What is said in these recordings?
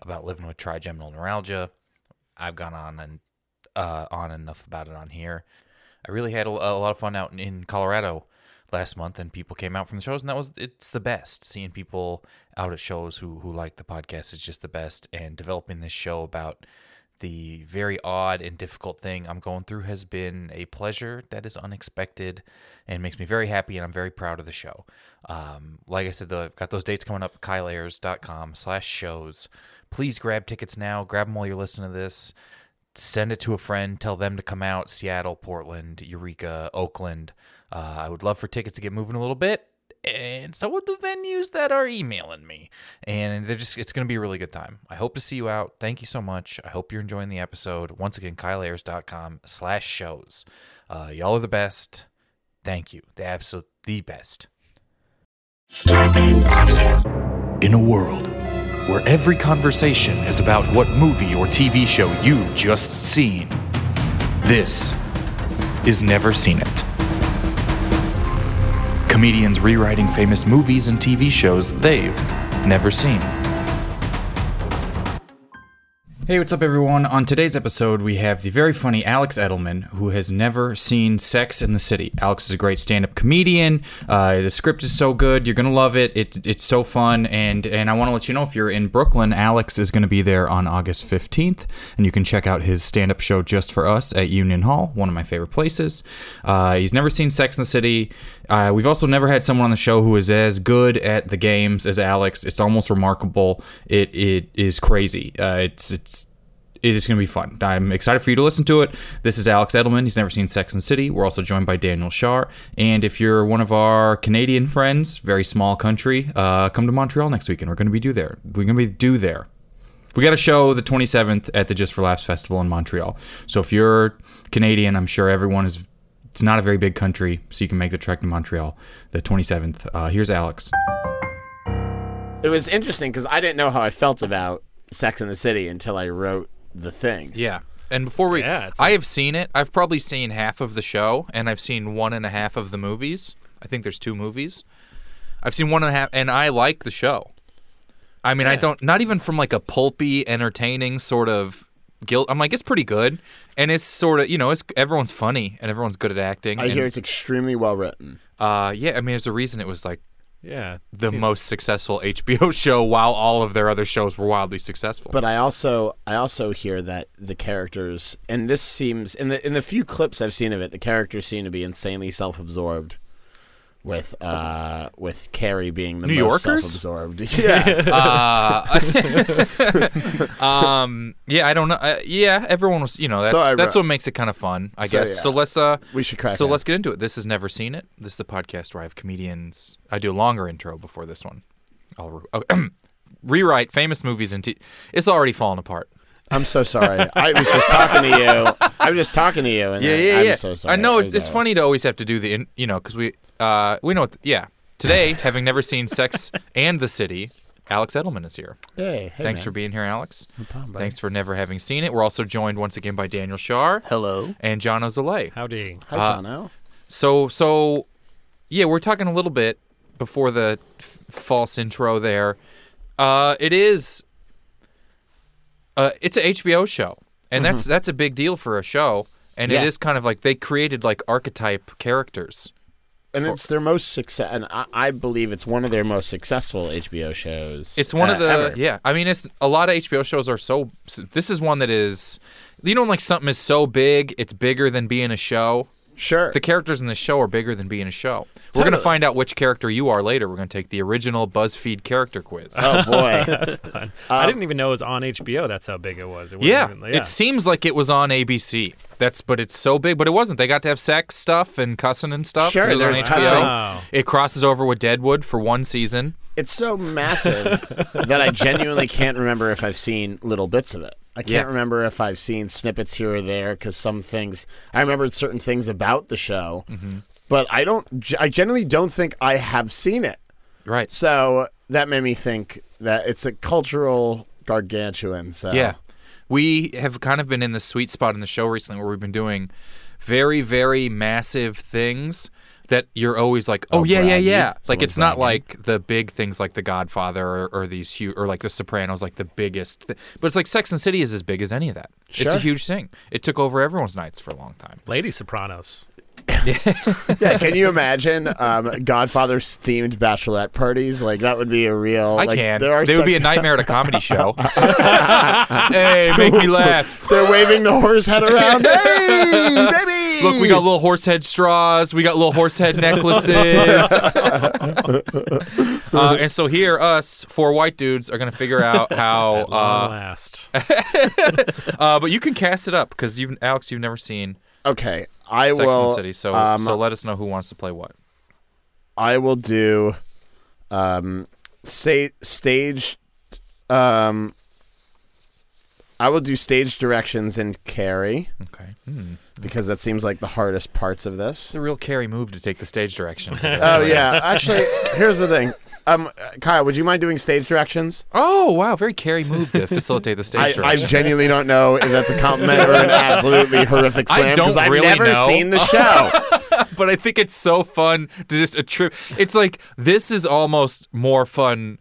about living with trigeminal neuralgia. I've gone on and uh, on enough about it on here. I really had a, a lot of fun out in, in Colorado last month, and people came out from the shows, and that was it's the best. Seeing people out at shows who who like the podcast is just the best, and developing this show about the very odd and difficult thing I'm going through has been a pleasure that is unexpected and makes me very happy, and I'm very proud of the show. Um, like I said, though, I've got those dates coming up, kyleayers.com slash shows. Please grab tickets now. Grab them while you're listening to this. Send it to a friend. Tell them to come out. Seattle, Portland, Eureka, Oakland. Uh, I would love for tickets to get moving a little bit. And so would the venues that are emailing me. And they're just it's gonna be a really good time. I hope to see you out. Thank you so much. I hope you're enjoying the episode. Once again, kyleayers.com slash shows. Uh, y'all are the best. Thank you. The absolute the best. Starbane's Audio. In a world where every conversation is about what movie or TV show you've just seen, this is Never Seen It. Comedians rewriting famous movies and TV shows they've never seen. Hey, what's up, everyone? On today's episode, we have the very funny Alex Edelman, who has never seen Sex in the City. Alex is a great stand-up comedian. Uh, the script is so good; you're gonna love it. It's it's so fun, and and I want to let you know if you're in Brooklyn, Alex is gonna be there on August 15th, and you can check out his stand-up show just for us at Union Hall, one of my favorite places. Uh, he's never seen Sex in the City. Uh, we've also never had someone on the show who is as good at the games as Alex. It's almost remarkable. It it is crazy. Uh, it's it's it is going to be fun. I'm excited for you to listen to it. This is Alex Edelman. He's never seen Sex and the City. We're also joined by Daniel Shar. And if you're one of our Canadian friends, very small country, uh, come to Montreal next week, and we're going to be due there. We're going to be due there. We got a show the 27th at the Just for Laughs Festival in Montreal. So if you're Canadian, I'm sure everyone is. It's not a very big country, so you can make the trek to Montreal the 27th. Uh, here's Alex. It was interesting because I didn't know how I felt about Sex in the City until I wrote the thing. Yeah. And before we, Yeah, it's I have seen it. I've probably seen half of the show, and I've seen one and a half of the movies. I think there's two movies. I've seen one and a half, and I like the show. I mean, I don't, not even from like a pulpy, entertaining sort of guilt. I'm like, it's pretty good, and it's sort of, you know, it's everyone's funny and everyone's good at acting. I and, hear it's extremely well written. Uh, yeah, I mean, there's a reason it was like Yeah. the most successful HBO show, while all of their other shows were wildly successful. But I also I also hear that the characters and this seems in the in the few clips I've seen of it, the characters seem to be insanely self absorbed. With uh with Carrie being the New most Yorkers? self-absorbed. Yeah. Um. Yeah, I don't know. Uh, yeah, everyone was. You know, that's I that's wrote- what makes it kind of fun, I So, guess. yeah. So let's. Uh, We should crack So it. let's get into it. This has never seen it. This is the podcast where I have comedians. I do a longer intro before this one. I'll re- oh, rewrite famous movies and t- it's already fallen apart. I'm so sorry. I was just talking to you. I was just talking to you and then I'm so sorry. I know it's, There it's you go. funny to always have to do the in, you know because we uh we know what yeah today having never seen Sex and the City. Alex Edelman is here. Hey, hey Thanks for being here, Alex. No problem, Thanks for never having seen it. We're also joined once again by Daniel Shar. Hello. and John Ozalay. Howdy. for Uh, Hi Jono. So so yeah, we're talking a little bit before the f- false intro there. Uh it is uh it's a HBO show. And that's that's a big deal for a show. And Mm-hmm. Yeah. it is kind of like they created like archetype characters. and it's their most success, and I, I believe it's one of their most successful HBO shows. It's one uh, of the ever. yeah. I mean, it's a lot of HBO shows are so. This is one that is, you know, like something is so big, it's bigger than being a show. Sure. The characters in the show are bigger than being a show. We're going to Totally. find out which character you are later. We're going to take the original BuzzFeed character quiz. oh boy. That's fun. I didn't even know it was on HBO. That's how big it was. It wasn't Uh, yeah, even- it seems like it was on ABC. That's but it's so big, but it wasn't. They got to have sex stuff and cussing and stuff. 'cause Sure, it was on there's HBO. cussing. Wow. It crosses over with Deadwood for one season. It's so massive that I genuinely can't remember if I've seen little bits of it. I can't Yeah. remember if I've seen snippets here or there because some things I remembered certain things about the show, Mm-hmm. but I don't. ge- I generally don't think I have seen it. Right. So that made me think that it's a cultural gargantuan. So Yeah. We have kind of been in the sweet spot in the show recently where we've been doing very, very massive things that you're always like, oh, yeah, yeah, braggy. yeah. Like, it's Someone's not bragging. like the big things like The Godfather or, or these huge, or like The Sopranos, like the biggest. Th- but it's like Sex and City is as big as any of that. It's a Sure. huge thing. It took over everyone's nights for a long time. Lady Sopranos. yeah. Can you imagine um, Godfather's themed bachelorette parties? Like that would be a real. I like, can. There are they would be a such- nightmare at a comedy show. hey, make me laugh. They're waving the horse head around. hey, baby. Look, we got little horse head straws. We got little horse head necklaces. uh, and so here, us four white dudes are gonna figure out how. Long Uh, last. uh, but you can cast it up because you, Alex, you've never seen Okay, I Sex will. and the City, so um, so let us know who wants to play what. I will do, um, say stage, um, I will do stage directions and carry Okay, hmm. because that seems like the hardest parts of it's this. a real carry move to take the stage direction. today. Oh yeah, actually, here's the thing. Um, Kyle, would you mind doing stage directions? Oh wow, very carry move to facilitate the stage I, I direction. genuinely don't know if that's a compliment or an absolutely horrific I slam because don't I've really never know. seen the show. but I think it's so fun to just attribute. It's like this is almost more fun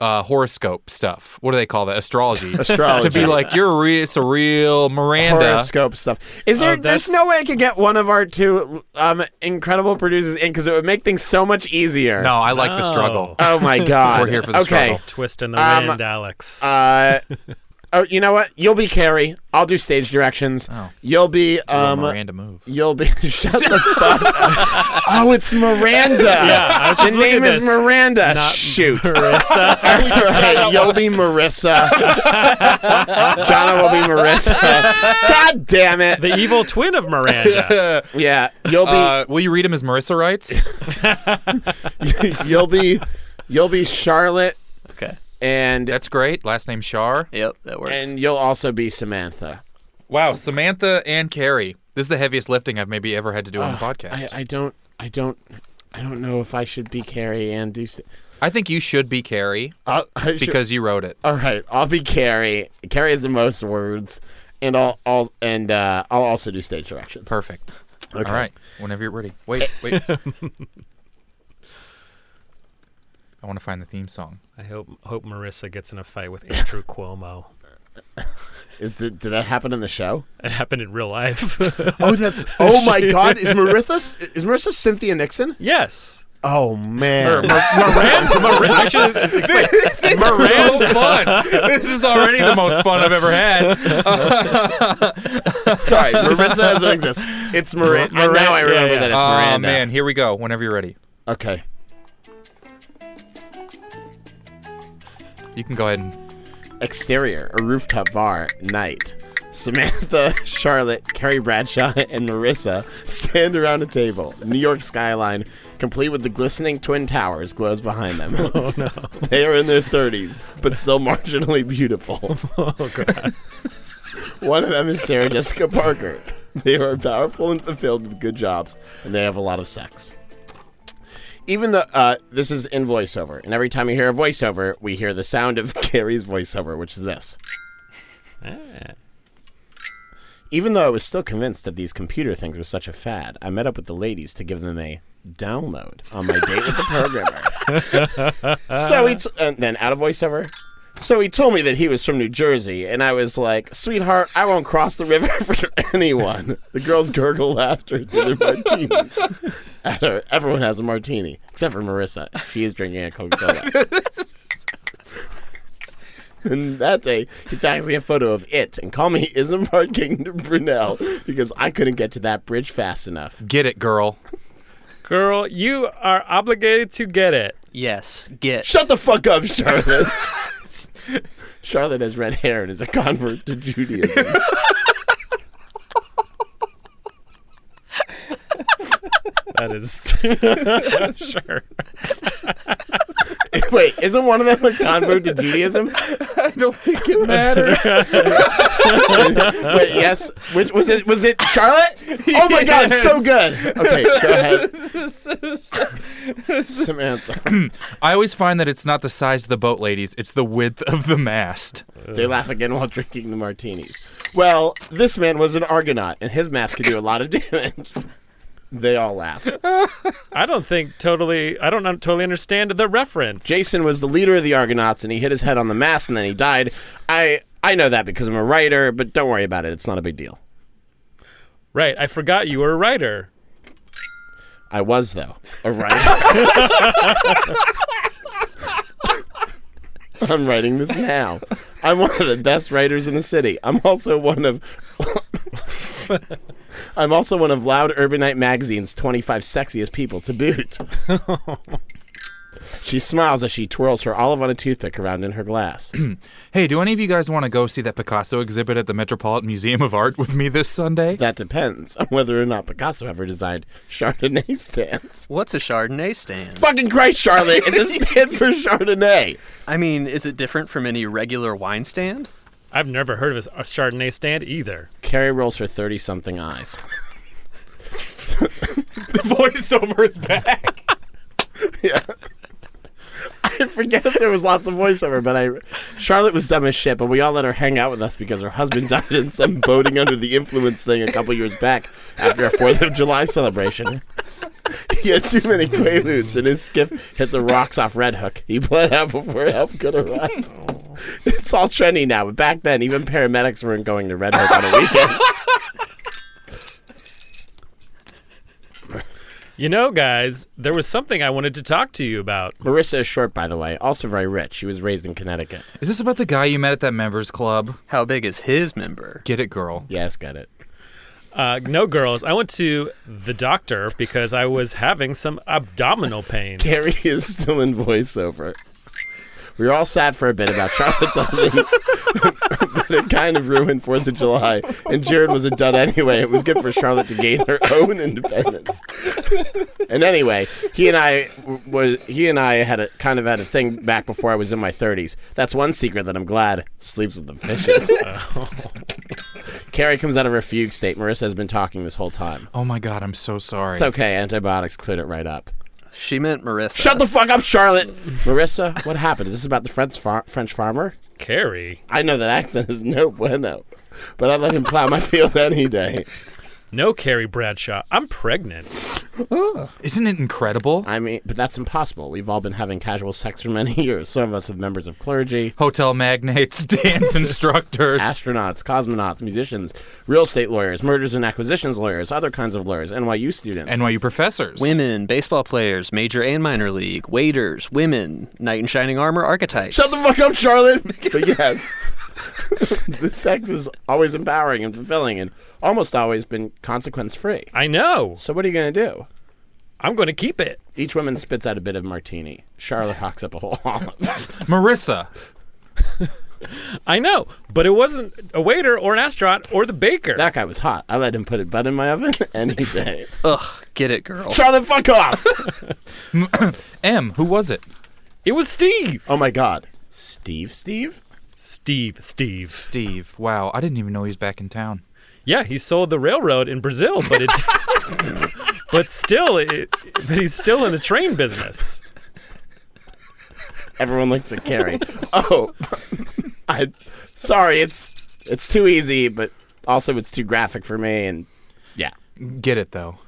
uh, horoscope stuff. What do they call that? Astrology. Astrology. to be like you're re- it's a real Miranda. horoscope stuff. Is there? Oh, there's that's- no way I could get one of our two um, incredible producers in because it would make things so much easier. No, I like the struggle. Oh my god. We're here for the okay. Twist in the Um, wind, Alex. Uh, oh, you know what? You'll be Carrie. I'll do stage directions. Oh. You'll be Real um. Miranda move. You'll be shut the fuck. up. Oh, it's Miranda. Yeah, I was just the looking name at this. is Miranda. Not Shoot. Marissa. All right, you'll be Marissa. Jonna will be Marissa. God damn it. the evil twin of Miranda. Yeah, you'll be Uh, will you read him as Marissa writes? you'll be you'll be Charlotte Okay. and That's great. Last name Shar. Yep, that works. and you'll also be Samantha. Wow, Samantha and Carrie. This is the heaviest lifting I've maybe ever had to do on a I, podcast. I, I don't I don't I don't know if I should be Carrie and do st- think you should be Carrie I'll- I should- because you wrote it. all right, I'll be Carrie. Carrie has the most words and I'll, I'll and uh, I'll also do stage directions. Perfect. Okay. All right. Whenever you're ready. Wait, wait. I want to find the theme song. I hope hope Marissa gets in a fight with Andrew Cuomo. Is the, did that happen in the show? It happened in real life. Oh, that's Oh my god, is Marissa is Marissa Cynthia Nixon? yes. Oh man. Miranda. Miranda. I should have explained. This is so fun. This is already the most fun I've ever had. Sorry, Marissa doesn't exist. It's Miranda. Mir- now I Miranda, remember yeah, that it's oh, Miranda. man. Here we go. Whenever you're ready. Okay. You can go ahead and. Exterior, a rooftop bar, night. Samantha, Charlotte, Carrie Bradshaw, and Marissa stand around a table. New York skyline, complete with the glistening twin towers, glows behind them. Oh no. they are in their 30s, but still marginally beautiful. Oh god. One of them is Sarah Jessica Parker. They are powerful and fulfilled with good jobs, and they have a lot of sex. Even the uh, this is in voiceover, and every time you hear a voiceover, we hear the sound of Carrie's voiceover, which is this. Even though I was still convinced that these computer things were such a fad, I met up with the ladies to give them a download on my date with the programmer. so he t- and then out of voiceover. So he told me that he was from New Jersey, and I was like, "Sweetheart, I won't cross the river for anyone." The girls gurgle laughter through their martinis. At her, everyone has a martini except for Marissa. She is drinking a Coca Cola. And that day, he faxed me a photo of it and called me Isambard King to Brunel because I couldn't get to that bridge fast enough. Get it, girl. Girl, you are obligated to get it. Yes, get. Shut the fuck up, Charlotte. Charlotte has red hair and is a convert to Judaism. That is sure. Wait, isn't one of them a convert to Judaism? I don't think it matters. Wait, yes. Which was it? Was it Charlotte? Oh my god, it's so good. Okay, go ahead, Samantha. I always find that it's not the size of the boat, ladies. It's the width of the mast. They laugh again while drinking the martinis. Well, this man was an Argonaut, and his mask could do a lot of damage. They all laugh. I don't think totally. I don't un- totally understand the reference. Jason was the leader of the Argonauts, and he hit his head on the mast, and then he died. I I know that because I'm a writer, but don't worry about it. It's not a big deal. Right. I forgot you were a writer. I was though a writer. I'm writing this now. I'm one of the best writers in the city. I'm also one of I'm also one of Loud Urbanite magazine's 25 sexiest people to boot. she smiles as she twirls her olive on a toothpick around in her glass. Hey, do any of you guys want to go see that Picasso exhibit at the Metropolitan Museum of Art with me this Sunday? that depends on whether or not Picasso ever designed Chardonnay stands. What's a Chardonnay stand? Fucking Christ, Charlotte! It's a stand for Chardonnay. I mean, is it different from any regular wine stand? I've never heard of a Chardonnay stand either. Carrie rolls her 30 something eyes. Voiceover's back. I forget if there was lots of voiceover, but I Charlotte was dumb as shit, but we all let her hang out with us because her husband died in some boating under the influence thing a couple years back after a Fourth of July celebration. He had too many quaaludes, and his skiff hit the rocks off Red Hook. He bled out before help could arrive. It's all trendy now, but back then, even paramedics weren't going to Red Hook on a weekend. You know, guys, there was something I wanted to talk to you about. Marissa is short, by the way, also very rich. She was raised in Connecticut. Is this about the guy you met at that members club? How big is his member? Get it, girl. Yes, got it. Uh, no, girls, I went to the doctor because I was having some abdominal pains. Gary is still in voiceover. We were all sad for a bit about Charlotte's husband, but it kind of ruined Fourth of July. And Jared was a dud anyway. It was good for Charlotte to gain her own independence. and anyway, he and I w- was he and I had a kind of had a thing back before I was in my thirties. That's one secret that I'm glad sleeps with the fishes. Carrie comes out of her fugue state. Marissa has been talking this whole time. Oh my god, I'm so sorry. It's okay. Antibiotics cleared it right up. She meant Marissa. Shut the fuck up, Charlotte. Marissa, what happened? Is this about the French far- French farmer? Carrie. I know that accent is no bueno, but I let him plow my field any day. No, Carrie Bradshaw. I'm pregnant. Isn't it incredible? I mean, but that's impossible. We've all been having casual sex for many years. Some of us with members of clergy, Hotel magnates, dance instructors. astronauts, cosmonauts, musicians, real estate lawyers, mergers and acquisitions lawyers, other kinds of lawyers, NYU students. NYU professors. Women, baseball players, major and minor league, waiters, women, knight in shining armor archetypes. Shut the fuck up, Charlotte. But yes, the sex is always empowering and fulfilling, and almost always been consequence free. I know. So what are you gonna do? I'm going to keep it. Each woman spits out a bit of martini. Charlotte hawks up a whole olive. Marissa. I know. But it wasn't a waiter or an astronaut or the baker. that guy was hot. I let him put a butt in my oven any day. Ugh, get it, girl. Charlotte, fuck off! M. Who was it? it was Steve. oh my god. Steve, Steve? Steve, Steve. Steve. Wow, I didn't even know he was back in town. Yeah, he sold the railroad in Brazil, but it. but still, it, but he's still in the train business. Everyone looks at Carrie. oh. I sorry, it's it's too easy, but also it's too graphic for me and yeah. Get it though.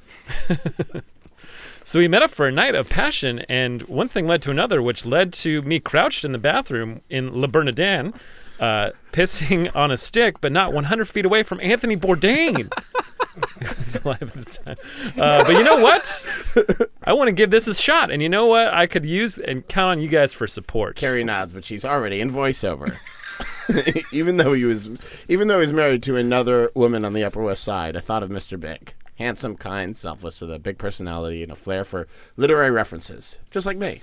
So we met up for a night of passion, and one thing led to another, which led to me crouched in the bathroom in Le Bernardin, uh, pissing on a stick, but not 100 feet away from Anthony Bourdain. He was alive at the time. Uh, but you know what? I want to give this a shot, and you know what? I could use and count on you guys for support. Carrie nods, but she's already in voiceover. even though he was, even though he's married to another woman on the Upper West Side, I thought of Mr. Big. Handsome, kind, selfless, with a big personality and a flair for literary references, just like me.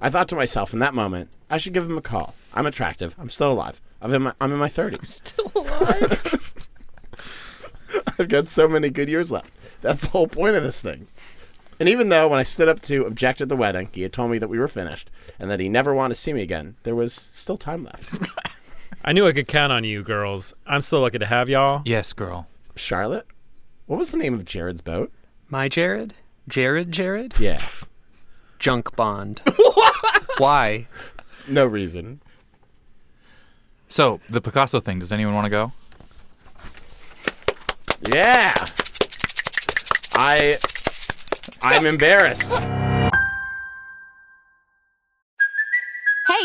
I thought to myself in that moment, I should give him a call. I'm attractive. I'm still alive. I'm in my, I'm in my 30s. still alive. I've got so many good years left. That's the whole point of this thing. And even though when I stood up to object at the wedding, he had told me that we were finished and that he never wanted to see me again, there was still time left. I knew I could count on you, girls. I'm so lucky to have y'all. Yes, girl. Charlotte? What was the name of Jared's boat? My Jared? Jared Jared? Yeah. Junk Bond. Why? No reason. So the Picasso thing. Does anyone want to go? Yeah. I I'm embarrassed. Hey,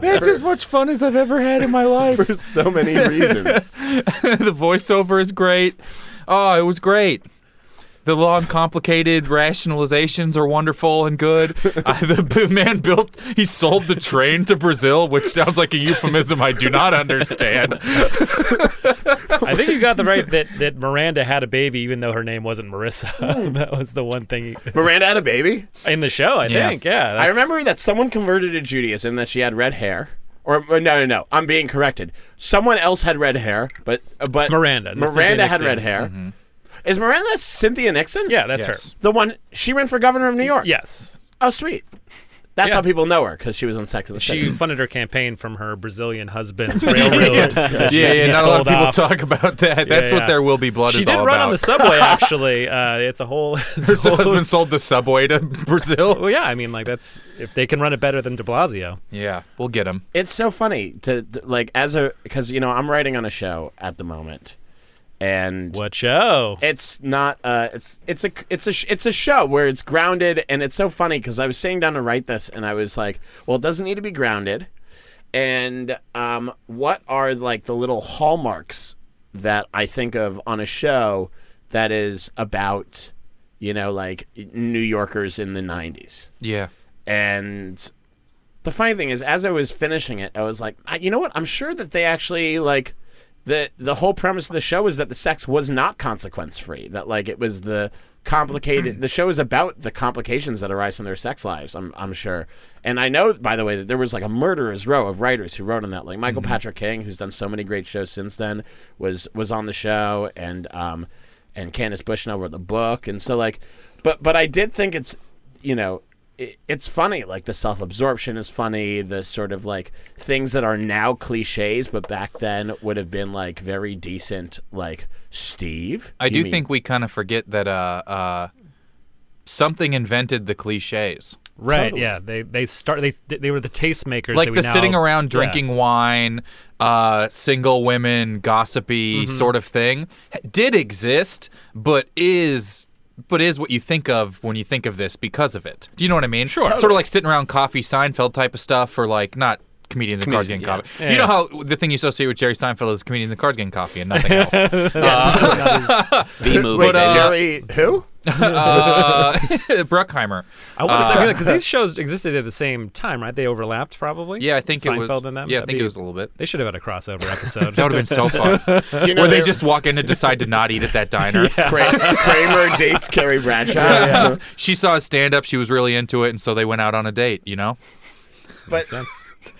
That's as much fun as I've ever had in my life. For so many reasons. the voiceover is great. Oh, it was great. The long, complicated rationalizations are wonderful and good. I, the b- man built, he sold the train to Brazil, which sounds like a euphemism I do not understand. I think you got the right that, that Miranda had a baby, even though her name wasn't Marissa. that was the one thing Miranda had a baby? in the show, I Yeah. think. Yeah. I that's- remember that someone converted to Judaism that she had red hair. Or or no, no, no. I'm being corrected. Someone else had red hair, but uh, but Miranda, not Miranda Cynthia had Nixon. red hair. Is Miranda Cynthia Nixon? Yeah, that's Yes. her. the one she ran for governor of New York. Yes. Oh, sweet. That's Yeah. how people know her because she was on Sex and the She City. funded her campaign from her Brazilian husband's railroad. that she Yeah, yeah, not a lot sold of people off. talk about that. That's yeah. what There Will Be Blood She is did all run about. on the subway, actually. Uh, it's a whole. Her It's a whole husband sold the subway to Brazil. well, yeah, I mean, like, that's. If they can run it better than de Blasio. Yeah, we'll get him. It's so funny to, to- like as a because you know I'm writing on a show at the moment, and What show? it's not uh it's it's a it's a sh- it's a show where it's grounded and it's so funny because I was sitting down to write this and I was like, well, it doesn't need to be grounded, and um, what are like the little hallmarks that I think of on a show that is about you know like New Yorkers in the '90s. Yeah. And the funny thing is, as I was finishing it, I was like, I, you know what? I'm sure that they actually like the the whole premise of the show is that the sex was not consequence free. That like it was the complicated. the show is about the complications that arise from their sex lives. I'm I'm sure. And I know, by the way, that there was like a murderer's row of writers who wrote on that. Like Michael Patrick King, who's done so many great shows since then, was was on the show, and um, and Candace Bushnell wrote the book, and so like, but but I did think it's you know it, it's funny like the self-absorption is funny the sort of like things that are now cliches but back then would have been like very decent like steve I you do mean- think we kind of forget that uh, uh, something invented the cliches. Right. Yeah. They they start. They they were the tastemakers. like that we the now- sitting around yeah. drinking wine, uh, single women, gossipy Mm-hmm. sort of thing h- did exist, but is but is what you think of when you think of this because of it. Do you know what I mean? Sure. Sort of like sitting around coffee, Seinfeld type of stuff, or like not comedians and cars getting coffee. you know how the thing you associate with Jerry Seinfeld is comedians and cars getting coffee and nothing else. The movie. Wait, But, uh, jerry who uh, Bruckheimer. I wonder because these shows existed at the same time, right? They overlapped probably. Yeah, I think Seinfeld it was. And them. Yeah, I That'd think be- it was a little bit. They should have had a crossover episode. That would have been so fun. you know Where they they're- just walk in and decide to not eat at that diner. Kra- kramer dates carrie bradshaw she saw his stand up. She was really into it, and so they went out on a date. You know, but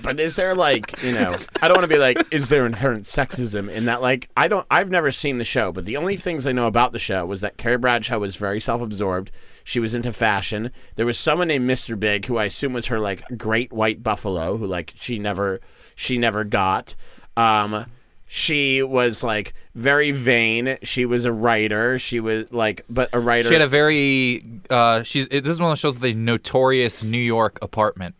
but is there like you know i don't want to be like is there inherent sexism in that like i don't i've never seen the show but the only things i know about the show was that carrie bradshaw was very self-absorbed she was into fashion there was someone named mr big who i assume was her like great white buffalo who like she never she never got um she was like very vain she was a writer she was like but a writer she had a very. Uh, she's. It, this is one of the shows with a notorious New York apartment.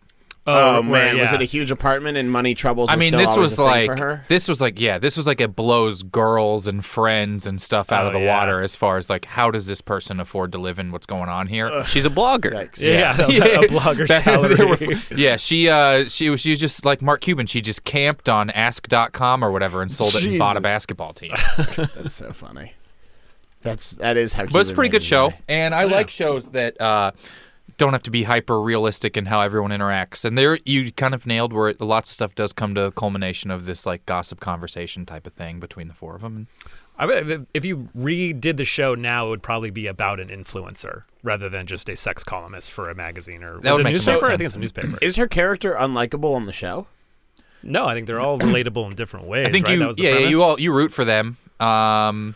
Oh, where- man, was yeah. it a huge apartment and money troubles? I were mean, still this always was a thing like for her? this was like yeah, this was like it blows girls and friends and stuff out of Oh, the yeah. water as far as like how does this person afford to live in what's going on here? She's a blogger. Yeah, a blogger That- salary. they were f- yeah, she uh she was she was just like Mark Cuban. She just camped on ask.com or whatever and sold it and bought a Jesus. basketball team. That's so funny. That's that is how. But it's a Cuban pretty good made show, me. and I like shows that uh, don't have to be hyper realistic in how everyone interacts. And there, you kind of nailed where it, lots of stuff does come to a culmination of this like gossip conversation type of thing between the four of them. I mean, if you redid the show now, it would probably be about an influencer rather than just a sex columnist for a magazine or That was would it a make the most newspaper. I think sense. it's a newspaper. Is her character unlikable on the show? no, I think they're all relatable in different ways. I think right? you, that was the yeah, yeah, premise? you all you root for them, um,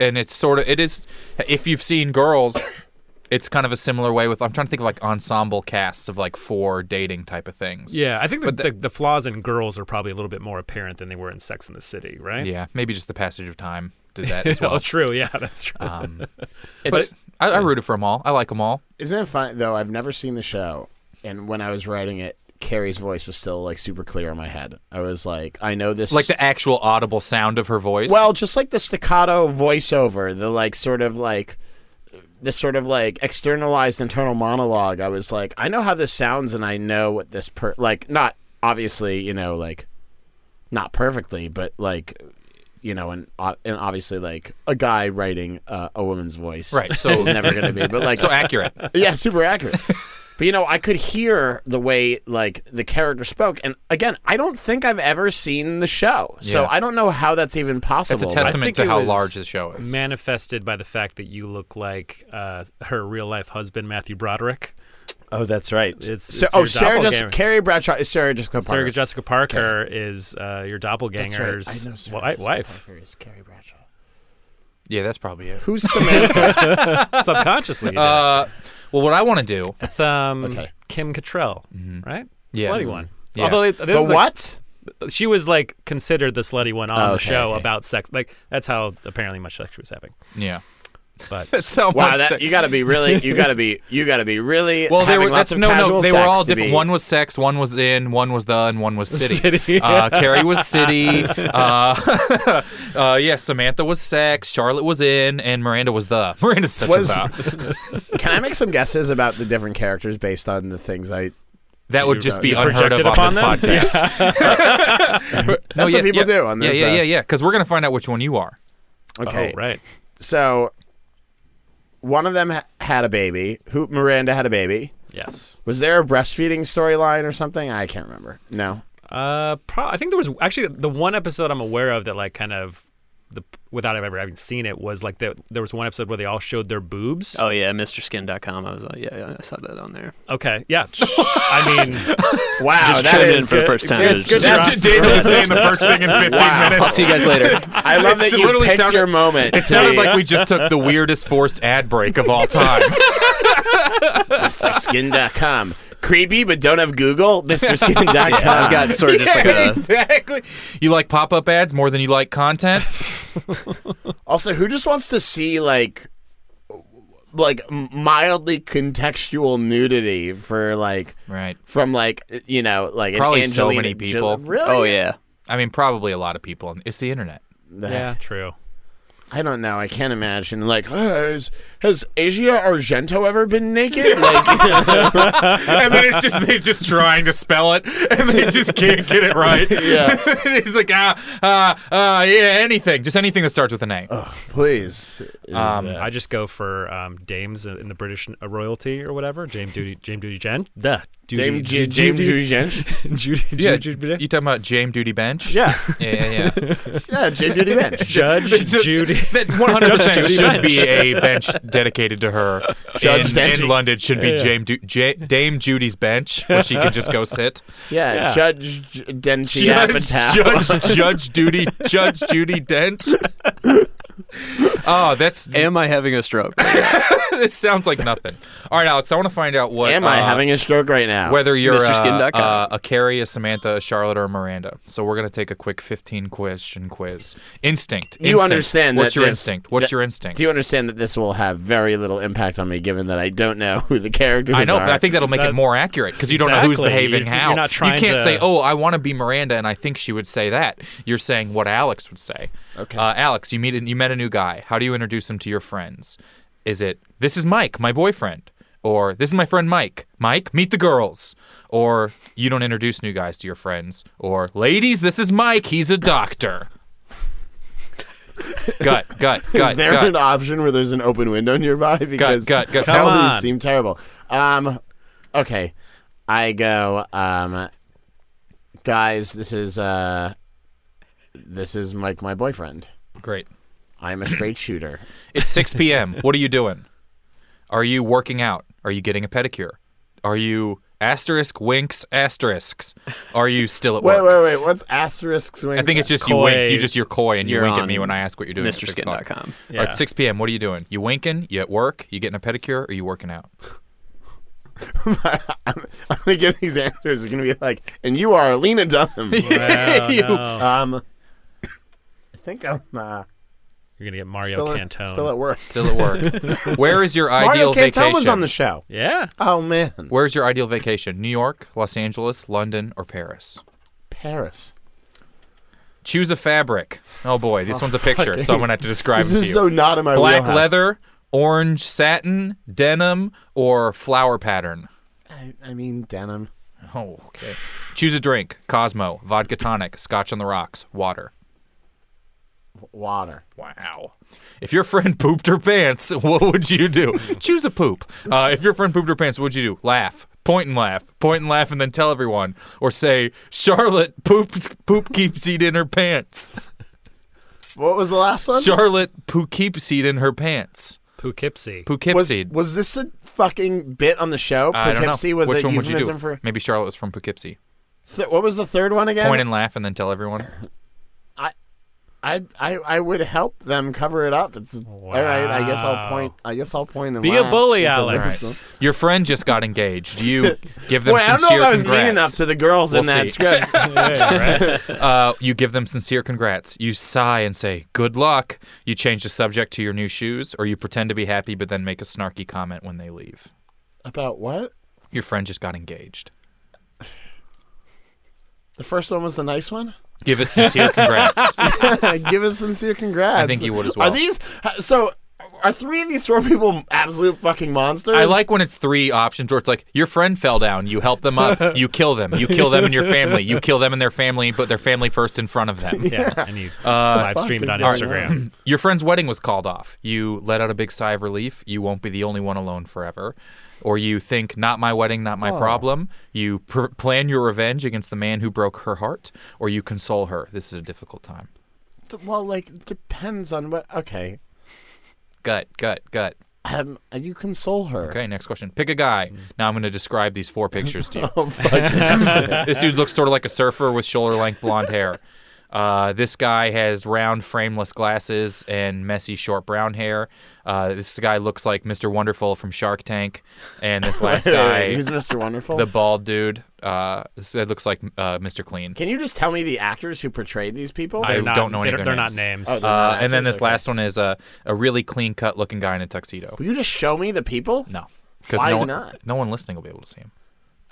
and it's sort of it is if you've seen girls. It's kind of a similar way with I'm trying to think of like ensemble casts of like four dating type of things. Yeah, I think the, But the, the flaws in girls are probably a little bit more apparent than they were in Sex in the City, right? Yeah, maybe just the passage of time did that as Oh, well. true. Yeah, that's true. um, It's but I, I rooted for them all. I like them all. isn't it fun though? I've never seen the show, and when I was writing it, Carrie's voice was still like super clear in my head. I was like, I know this, Like the actual audible sound of her voice. well, just like the staccato voiceover, the like sort of like this sort of like externalized internal monologue. I was like, I know how this sounds, and I know what this per like not obviously you know like not perfectly, but like you know, and o- and obviously like a guy writing uh, a woman's voice, Right, so- is never gonna be, but like so accurate. yeah, super accurate. but you know, I could hear the way like the character spoke, and again, I don't think I've ever seen the show, so Yeah. I don't know how that's even possible. It's a I testament think to it how was large the show is. Manifested by the fact that you look like uh, her real life husband, Matthew Broderick. Oh, that's right. It's- so, it's oh, your Sarah doppelganger. just Carrie Bradshaw is Sarah Jessica Parker. Sarah Jessica Parker is uh, your That's right. doppelganger's I know Sarah wi- Jessica wife, Parker is Carrie Bradshaw. Yeah, that's probably it. Who's Samantha? subconsciously. you did it. Uh, well, what I want to do. It's um Okay. Kim Cattrall, right? Yeah. slutty one. Yeah. Although it- the this is like- what? she was like considered the slutty one on Oh, the okay, show okay. about sex. Like that's how apparently much sex she was having. Yeah. But So Wow, much that, sex. you got to be really, you got to be, you got to be really. well, they having were. lots That's of no, no. casual They were sex all to different. be- One was sex. One was in. One was the. And one was city. City, Uh, Carrie was city. Uh, uh, yeah. Samantha was sex. Charlotte was in, and Miranda was the. Miranda's such Was- a the. Can I make some guesses about the different characters based on the things I That would just be unheard of projected on upon this them? podcast. Oh, That's what people do on this, Yeah, yeah, uh, yeah, yeah. Because we're gonna find out which one you are. Okay. oh right, So one of them ha- had a baby. Who Miranda had a baby. yes. Was there a breastfeeding storyline or something? I can't remember. No. Uh, pro- I think there was actually the one episode I'm aware of that like kind of the without ever having seen it was like the, there was one episode where they all showed their boobs. Oh yeah, MrSkin.com. I was like, yeah, yeah, I saw that on there. Okay, yeah. I mean, Wow. Just that tuned in is for the good- first time. That's It was good just- job. saying the first thing in 15 I'll see you guys later. I love that It's you literally picked sounded- your moment. It sounded to- like we just took the weirdest forced ad break of all time. MrSkin.com. Creepy, but don't have Google. MrSkin.com. I've got sort of just like a exactly. uh, You like pop up ads more than you like content? Also, who just wants to see like like mildly contextual nudity for like Right. from like you know like Probably an so Angelina many Jolie- people. Really? Oh yeah. I mean, probably a lot of people. It's the internet. yeah, true. I don't know. I can't imagine. Like, uh, has, has Asia Argento ever been naked? Like, and then it's just they're just trying to spell it, and they just can't get it right. Yeah. He's like, ah, ah, ah, yeah, anything, just anything that starts with an A. Um, please. Is, uh, I just go for um, dames in the British uh, royalty or whatever. James Duty, James Duty Jen, duh, Duty, Dame Ju- Ju- Dame Judy, Jurgen. Judy, yeah, Judy, you Judy, talking about James Duty Bench? yeah, yeah, yeah. yeah. Yeah, Jim Judy Bench. Judge Judy. That 100 percent Judge should be a bench dedicated to her. Judge in, Denji. in London should be Jame Du- Ja- Dame Judy's bench where she can just go sit. Yeah, Yeah. Judge J- Denji Judge, Apatow. Judge Judge Judy Judge Judy Dent. Oh, that's Am I having a stroke? this sounds like nothing. All right, Alex, I want to find out what Am I uh, having a stroke right now? whether you're Mr. Skin uh, dot com. uh, a Carrie, a Samantha, a Charlotte, or a Miranda. So we're gonna take a quick 15 question quiz. Instinct. you instinct. understand What's that your this- instinct? What's that- your instinct? Do you understand that this will have very little impact on me, given that I don't know who the characters are? I know, but I think that'll make it more accurate because you don't know who's Exactly. behaving You- how. you're not trying you can't to- say, "Oh, I want to be Miranda," and I think she would say that. You're saying what Alex would say. Okay. Uh, Alex, you meet a, you met a new guy. How do you introduce him to your friends? Is it this is Mike, my boyfriend, or this is my friend Mike? Mike, meet the girls. Or you don't introduce new guys to your friends. Or ladies, this is Mike. He's a doctor. gut, gut, gut, Is there gut. an option where there's an open window nearby? Because gut, gut. some Come of on. these seem terrible. Um, okay, I go. Um, guys, this is uh, this is Mike, my boyfriend. Great. I'm a straight shooter. It's 6 p.m. What are you doing? Are you working out? Are you getting a pedicure? Are you asterisk winks asterisks? Are you still at Wait, work? wait, wait. What's asterisks? I think it's just you wink. You just you're coy and you You're wink at on me when I ask what you're doing. at six o'clock. MrSkin.com. All right, 6 p.m. What are you doing? You winking? You at work? You getting a pedicure? Or you working out? I'm, I'm gonna give these answers. They're gonna be like, and you are Lena Dunham. You- um, I think I'm uh, You're gonna get Mario still, at, Cantone. still at work. Still at work. Where is your Mario ideal Cantone vacation? was on the show. yeah. Oh man, Where's your ideal vacation? New York, Los Angeles, London, or Paris? Paris. Choose a fabric. Oh boy, this one's a picture, so I'm gonna have to describe This it to is you. so not in my black wheelhouse. leather, orange satin, denim, or flower pattern. I, I mean denim. Oh, okay. Choose a drink: Cosmo, vodka tonic, Scotch on the rocks, water. W- Water. Wow. If your friend pooped her pants, what would you do? Choose a poop. Uh, if your friend pooped her pants, what would you do? Laugh. Point and laugh. Point and laugh, and then tell everyone. Or say, Charlotte poops, poop keeps eating her pants. What was the last one? Charlotte poop keeps eating her pants. Poughkeepsie. Poop keeps Was, eating. was this a fucking bit on the show? I don't know. Poughkeepsie was Which a one would you euphemism do? for. Maybe Charlotte was from Poughkeepsie. Th- what was the third one again? Point and laugh, and then tell everyone. I, I I would help them cover it up. It's all right. I guess I'll point. I guess I'll point and Be a laugh bully, because Alex. that's- Your friend just got engaged. You give them Wait, I sincere don't know if I was congrats. mean enough to the girls in We'll that see. script. Uh, you give them sincere congrats. You sigh and say good luck. You change the subject to your new shoes, or you pretend to be happy but then make a snarky comment when they leave. About what? Your friend just got engaged. The first one was the nice one. Give us sincere congrats. Give us sincere congrats. I think you would as well. Are these so? Are three of these four people absolute fucking monsters? I like when it's three options where it's like your friend fell down, you help them up, you kill them, you kill them and your family, you kill them and their family, but their family first in front of them. Yeah. And you live stream it is on going Instagram. Your friend's wedding was called off. You let out a big sigh of relief. You won't be the only one alone forever. Or you think, not my wedding, not my problem. You pr- plan your revenge against the man who broke her heart. Or you console her. This is a difficult time. D- Well, like depends on what. Okay, Gut, gut, gut. um, you console her. Okay, next question. Pick a guy. Now I'm going to describe these four pictures to you. Oh, fuck. this dude looks sort of like a surfer with shoulder length blonde hair. Uh, this guy has round, frameless glasses and messy, short brown hair. Uh, this guy looks like Mr. Wonderful from Shark Tank, and this last guy, Who's Mr. Wonderful? the bald dude, uh, this guy looks like uh, Mr. Clean. Can you just tell me the actors who portrayed these people? I They're not- don't know any They're, of they're their not names. names. Oh, they're Uh, not and then this actors, okay. last one is a, a really clean cut looking guy in a tuxedo. Will you just show me the people? No, because Why no, one- not? no one listening will be able to see him.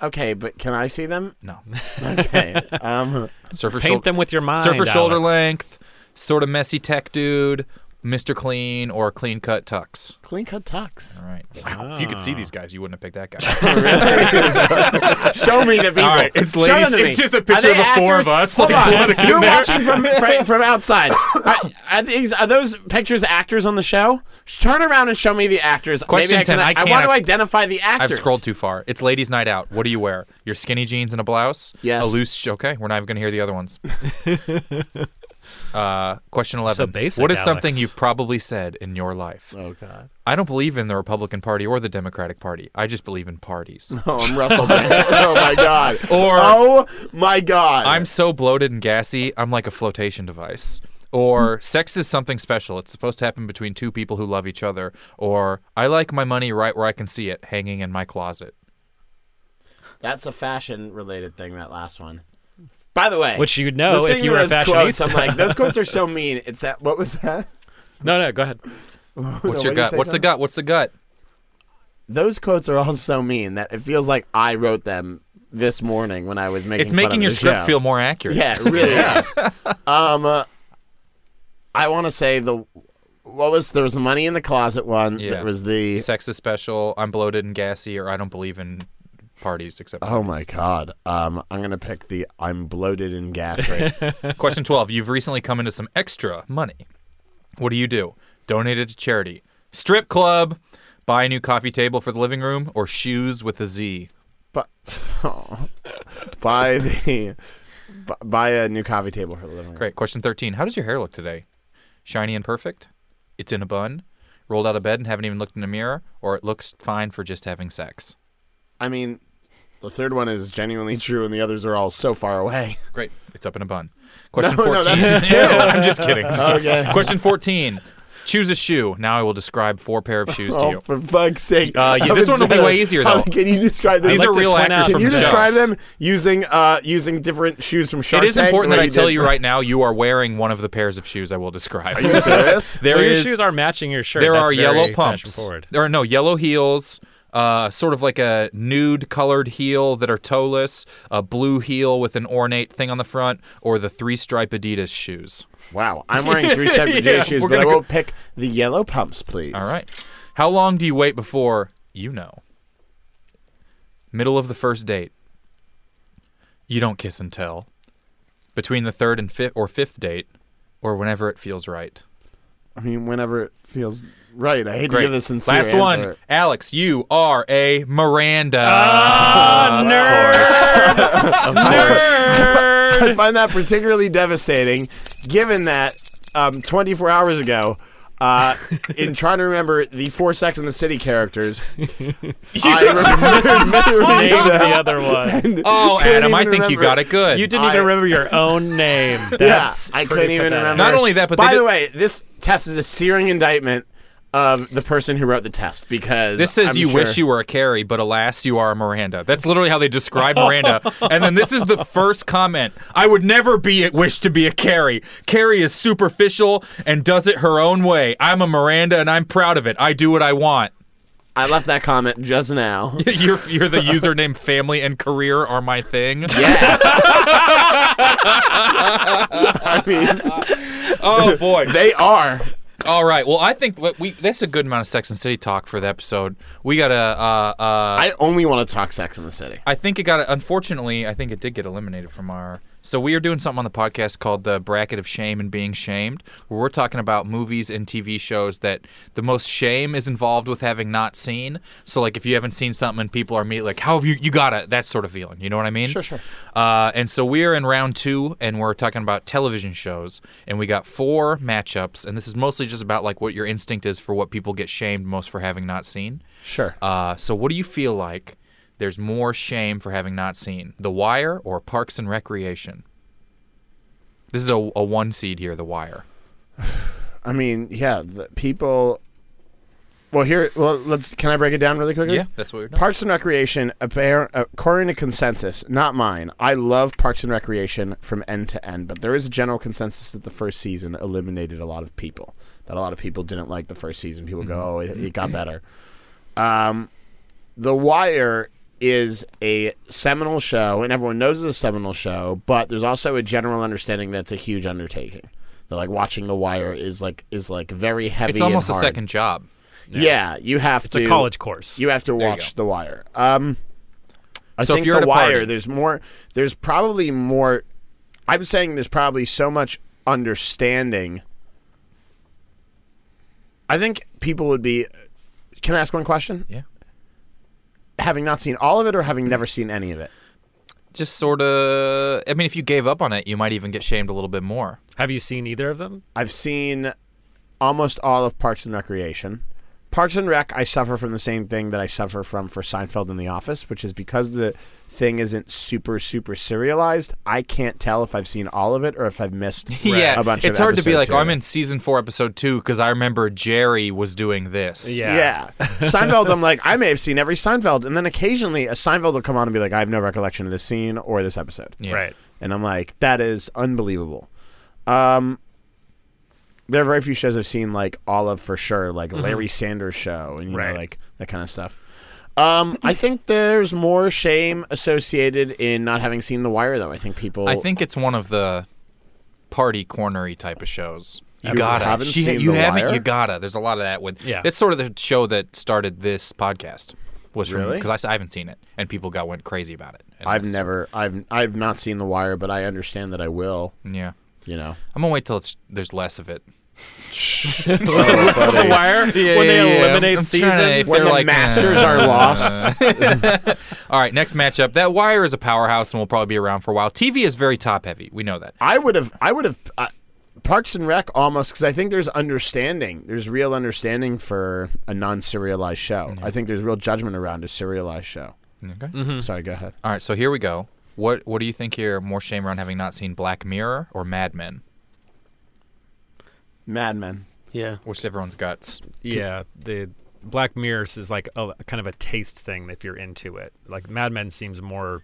Okay, but can I see them? No, Okay. um, surfer Paint shoul- them with your mind. surfer shoulder Alex. length, sort of messy tech dude, Mr. Clean or clean cut tux. clean cut tux. All right. Wow. If you could Ah. see these guys, you wouldn't have picked that guy. Show me the people. Oh, All right, it's Show ladies- them to me. it's just a Are picture of they the four of actors? us, Hold like, on. You're watching from fra- from outside. Are, are these are those pictures actors on the show? Sh- Turn around and show me the actors. Question Maybe I, 10, can, I can't. want to I've- identify the actors. I've scrolled too far. It's ladies' night out. What do you wear? Your skinny jeans and a blouse? Yes. A loose. sh- Okay, we're not even going to hear the other ones. uh, question 11. basic, what is something Alex. you've probably said in your life? Oh God. I don't believe in the Republican Party or the Democratic Party. I just believe in parties. Oh, I'm Russell Brand. oh my God. Or- oh my God. I'm so bloated and gassy, I'm like a flotation device. or sex is something special. It's supposed to happen between two people who love each other, or I like my money right where I can see it, hanging in my closet. That's a fashion related thing, that last one. By the way, Which you'd know listening if to you were a those quotes, fashionista. I'm like, those quotes are so mean. It's that, what was that? No, no, go ahead. What's your What'd you gut? say, What's the John? gut? What's the gut? Those quotes are all so mean that it feels like I wrote them this morning when I was making. It's fun making of your the script show. feel more accurate. Yeah, it really is. Um, uh, I want to say the what was there was the money in the closet one. Yeah. There was the Sex is special. I'm bloated and gassy, or I don't believe in parties except. oh my parties. god. Um, I'm gonna pick the I'm bloated and gassy. Question 12. You've recently come into some extra money. What do you do? Donate it to charity, strip club, buy a new coffee table for the living room, or shoes with a Z? but buy the bu- buy a new coffee table for the living room. Great. Question 13. How does your hair look today? Shiny and perfect? It's in a bun? Rolled out of bed and haven't even looked in a mirror? Or it looks fine for just having sex? I mean, the third one is genuinely true, and the others are all so far away. Great. It's up in a bun. Question No, 14. no, that's two. I'm just kidding. Just kidding. Okay. Question 14. Choose a shoe. Now I will describe four pair of shoes to Oh, you. for fuck's sake! Uh, yeah, How this is one will be that- way easier, how- though. Can you describe them? These Like, are to real point actors out- from Can you the show. describe them using uh, using different shoes from Shark It is Tank the important way that I you tell did you for- right now you are wearing one of the pairs of shoes I will describe. Are you serious? There well, your is- shoes are matching your shirt. there That's are very yellow fashion pumps. Forward. There are no yellow heels. Uh, sort of like a nude colored heel that are toeless, a blue heel with an ornate thing on the front, or the three stripe Adidas shoes. Wow, I'm wearing three separate Yeah, shoes, we're but I gonna will pick the yellow pumps, please. All right. How long do you wait before you know? Middle of the first date. You don't kiss and tell. Between the third and fifth or fifth date, or whenever it feels right. I mean, whenever it feels right. I hate to Great. give this sincere Last answer. Ah! one, Alex. You are a Miranda. I find that particularly devastating, given that um, 24 hours ago, uh, in trying to remember the four Sex and the City characters, I remember Name the other one. oh, Couldn't Adam, I even think you remember. got it good. You didn't I- even remember your own name. That's yeah, I pretty couldn't even pathetic. remember. Not only that, but they by did- the way, this test is a searing indictment of the person who wrote the test because This says I'm you sure- wish you were a Carrie, but alas, you are a Miranda. That's literally how they describe Miranda. and then this is the first comment. I would never be wish to be a Carrie. Carrie is superficial and does it her own way. I'm a Miranda and I'm proud of it. I do what I want. I left that comment just now. You're, you're the username family and career are my thing. Yeah. I mean, Oh boy. they are. All right. Well, I think what we that's a good amount of Sex and City talk for the episode. We gotta. Uh, uh, I only want to talk Sex in the City. I think it got. Unfortunately, I think it did get eliminated from our. So we are doing something on the podcast called the bracket of shame and being shamed, where we're talking about movies and TV shows that the most shame is involved with having not seen. So like if you haven't seen something and people are immediately like, "How have you? You got it?" That sort of feeling. You know what I mean? Sure, sure. Uh, and so we are in round two, and we're talking about television shows, and we got four matchups, and this is mostly just about like what your instinct is for what people get shamed most for having not seen. Sure. Uh, so, what do you feel like there's more shame for having not seen? The Wire or Parks and Recreation? This is a, a one seed here, The Wire. I mean, yeah, the people. Well, here, well, let's. Can I break it down really quickly? Yeah, that's what we're doing. Parks and Recreation, appar- according to consensus, not mine. I love Parks and Recreation from end to end, but there is a general consensus that the first season eliminated a lot of people. That a lot of people didn't like the first season. People go, "Oh, it, it got better." Um, the Wire is a seminal show, and everyone knows it's a seminal show, but there's also a general understanding that it's a huge undertaking. That like watching The Wire is like is like very heavy. it's almost a and hard. second job. Yeah, you have It's to a college course. you have to you watch The Wire. Um, I So if think you're at The a Wire. party- There's more. There's probably more. I'm saying there's probably so much understanding. I think people would be. Can I ask one question? Yeah. Having not seen all of it, or having never seen any of it. Just sort of. I mean, if you gave up on it, you might even get shamed a little bit more. Have you seen either of them? I've seen almost all of Parks and Recreation, Parks and Rec, I suffer from the same thing that I suffer from for Seinfeld and The Office, which is because the thing isn't super, super serialized, I can't tell if I've seen all of it or if I've missed yeah, a bunch of it's hard to be like, episodes oh, here. I'm in season four, episode two, because I remember Jerry was doing this. Yeah. Yeah. Seinfeld, I'm like, I may have seen every Seinfeld. And then occasionally a Seinfeld will come on and be like, I have no recollection of this scene or this episode. Yeah. Right. And I'm like, that is unbelievable. Um, there are very few shows I've seen like all of for sure, like Larry Sanders show and you Right. know, like that kind of stuff. Um, I think there's more shame associated in not having seen The Wire, though. I think people. I think it's one of the party cornery type of shows. You You gotta. haven't She- seen you The haven't. Wire? You gotta. There's a lot of that with. Yeah. That's sort of the show that started this podcast. Was from Really? because I, s- I haven't seen it and people got went crazy about it. And I've it's- never, I've, I've not seen The Wire, but I understand that I will. Yeah. You know, I'm gonna wait till it's there's less of it. Less of uh, the wire when they eliminate seasons. when the masters are lost. uh, All right, next matchup. That Wire is a powerhouse and will probably be around for a while. TV is very top heavy. We know that. I would have. I would have. Uh, Parks and Rec almost because I think there's understanding. There's real understanding for a non-serialized show. Mm-hmm. I think there's real judgment around a serialized show. Okay. Sorry, go ahead. All right, so here we go. What What do you think here? More shame around having not seen Black Mirror or Mad Men, Mad Men. Yeah. which everyone's guts. Yeah, the Black Mirrors is like a kind of a taste thing if you're into it. Like Mad Men seems more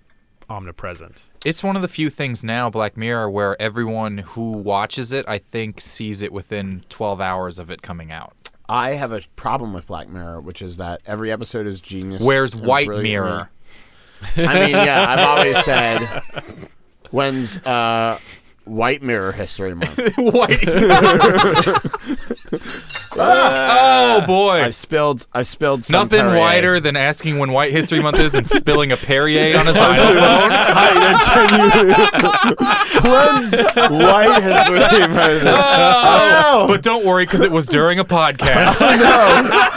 omnipresent. It's one of the few things now, Black Mirror, where everyone who watches it, I think, sees it within 12 hours of it coming out. I have a problem with Black Mirror, which is that every episode is genius. Where's and White brilliant. Mirror? I mean, yeah, I've always said, when's uh, White Mirror History Month? White. oh boy. I've spilled. I've spilled some Nothing Perrier. whiter than asking when White History Month is and spilling a Perrier on a xylophone. Hi, that's from you. When's White History Month? Oh, But don't worry, because it was during a podcast. no.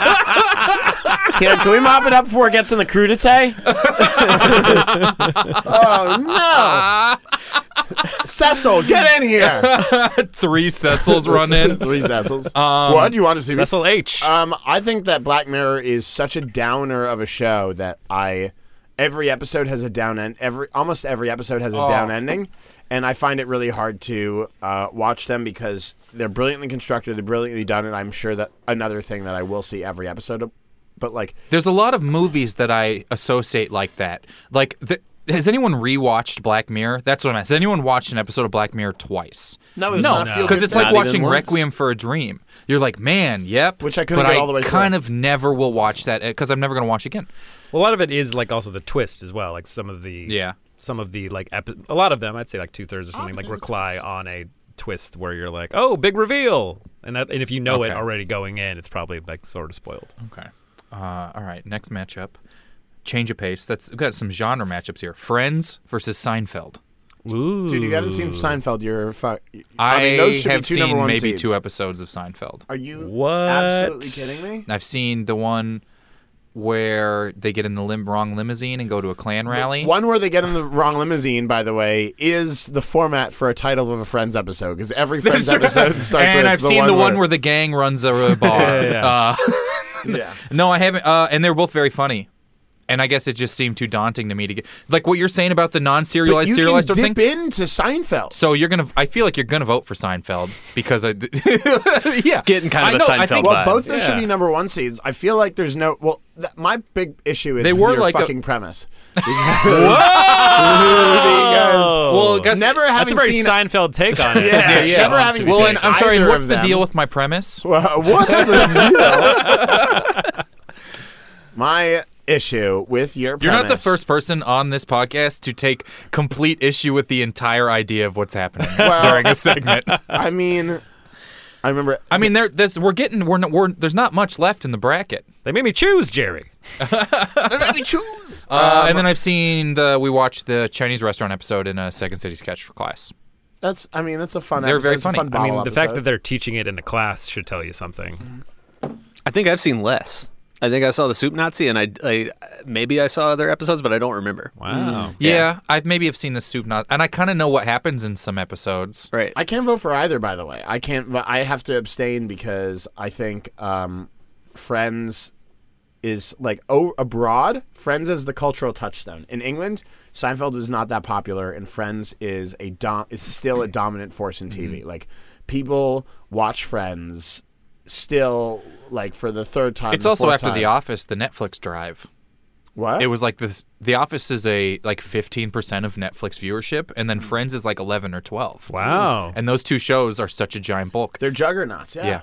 Can, can we mop it up before it gets in the crudite? oh no! Cecil, get in here. Three Cecils run in. Three Cecils. Um, what do you want to see? me- Cecil H. Um, I think that Black Mirror is such a downer of a show that I every episode has a down end. Every almost every episode has a Oh. down ending, and I find it really hard to uh, watch them because they're brilliantly constructed, they're brilliantly done, and I'm sure that another thing that I will see every episode. Of, but like, There's a lot of movies that I associate like that. Like, the, has anyone rewatched Black Mirror? That's what I'm asking. Has anyone watched an episode of Black Mirror twice? No, it's no, not a feel-good because it's thing. like Not even watching once. Requiem for a Dream. You're like, man, yep. Which I couldn't but get all the way through. kind of never will watch that because I'm never going to watch again. Well, a lot of it is like also the twist as well. Like some of the Yeah. some of the like epi- a lot of them I'd say like two thirds or something like recly on a twist where you're like oh big reveal and that and if you know it Okay. already going in it's probably like sort of spoiled. Okay. Uh, all right. Next matchup. Change of pace. That's we've got some genre matchups here. Friends versus Seinfeld. Ooh, dude, if you haven't seen Seinfeld, you're fuck. I, mean, those should have be two number seen one maybe seeds. two episodes of Seinfeld. Are you What? absolutely kidding me? I've seen the one where they get in the lim- wrong limousine and go to a Klan rally. One where they get in the wrong limousine, by the way, is the format for a title of a Friends episode because every Friends episode starts with and I've the seen one the where, one where the gang runs a uh, bar. yeah. Uh, no, I haven't. Uh, and they're both very funny. And I guess it just seemed too daunting to me to get like what you're saying about the non-serialized, you serialized can sort of dip thing. into Seinfeld. So you're gonna. I feel like you're gonna vote for Seinfeld because I. yeah, Getting kind of I a know, I Seinfeld think- vibe. well, both those should be number one seeds. I feel like there's no. Well, th- my big issue is They were your like a- fucking premise. Because- Well, guess, never that's a having very seen. Seinfeld take on it. Yeah, yeah, yeah. never having well, seen and I'm sorry. either What's of the them. deal with my premise? Well, what's the deal? my issue with your You're not the premise- first person on this podcast to take complete issue with the entire idea of what's happening during a segment. I mean, I remember. I mean, there, there's, we're getting, we're, not- we're, there's not much left in the bracket. They made me choose Jerry. Let me choose. Uh, and then I've seen the, we watched the Chinese restaurant episode in a Second City sketch class. That's. I mean, that's a fun. They're episode. very It's a funny. fun I mean, bottle the fact episode. that they're teaching it in a class should tell you Mm. something. I think I've seen less. I think I saw the Soup Nazi, and I, I maybe I saw other episodes, but I don't remember. Wow. Yeah, I've maybe have seen the soup not, and I kind of know what happens in some episodes. Right. I can't vote for either, by the way. I can't. vo- I have to abstain because I think um, Friends is like oh abroad. Friends is the cultural touchstone in England. Seinfeld was not that popular, and Friends is a dom- is still a dominant force in TV. Mm-hmm. Like people watch Friends still like for the third time. It's the also fourth after The time. Office, the Netflix drive. What It was like this. The Office is a like 15% of Netflix viewership, and then Friends is like 11 or 12. Wow. And those two shows are such a giant bulk. They're juggernauts, yeah. Yeah.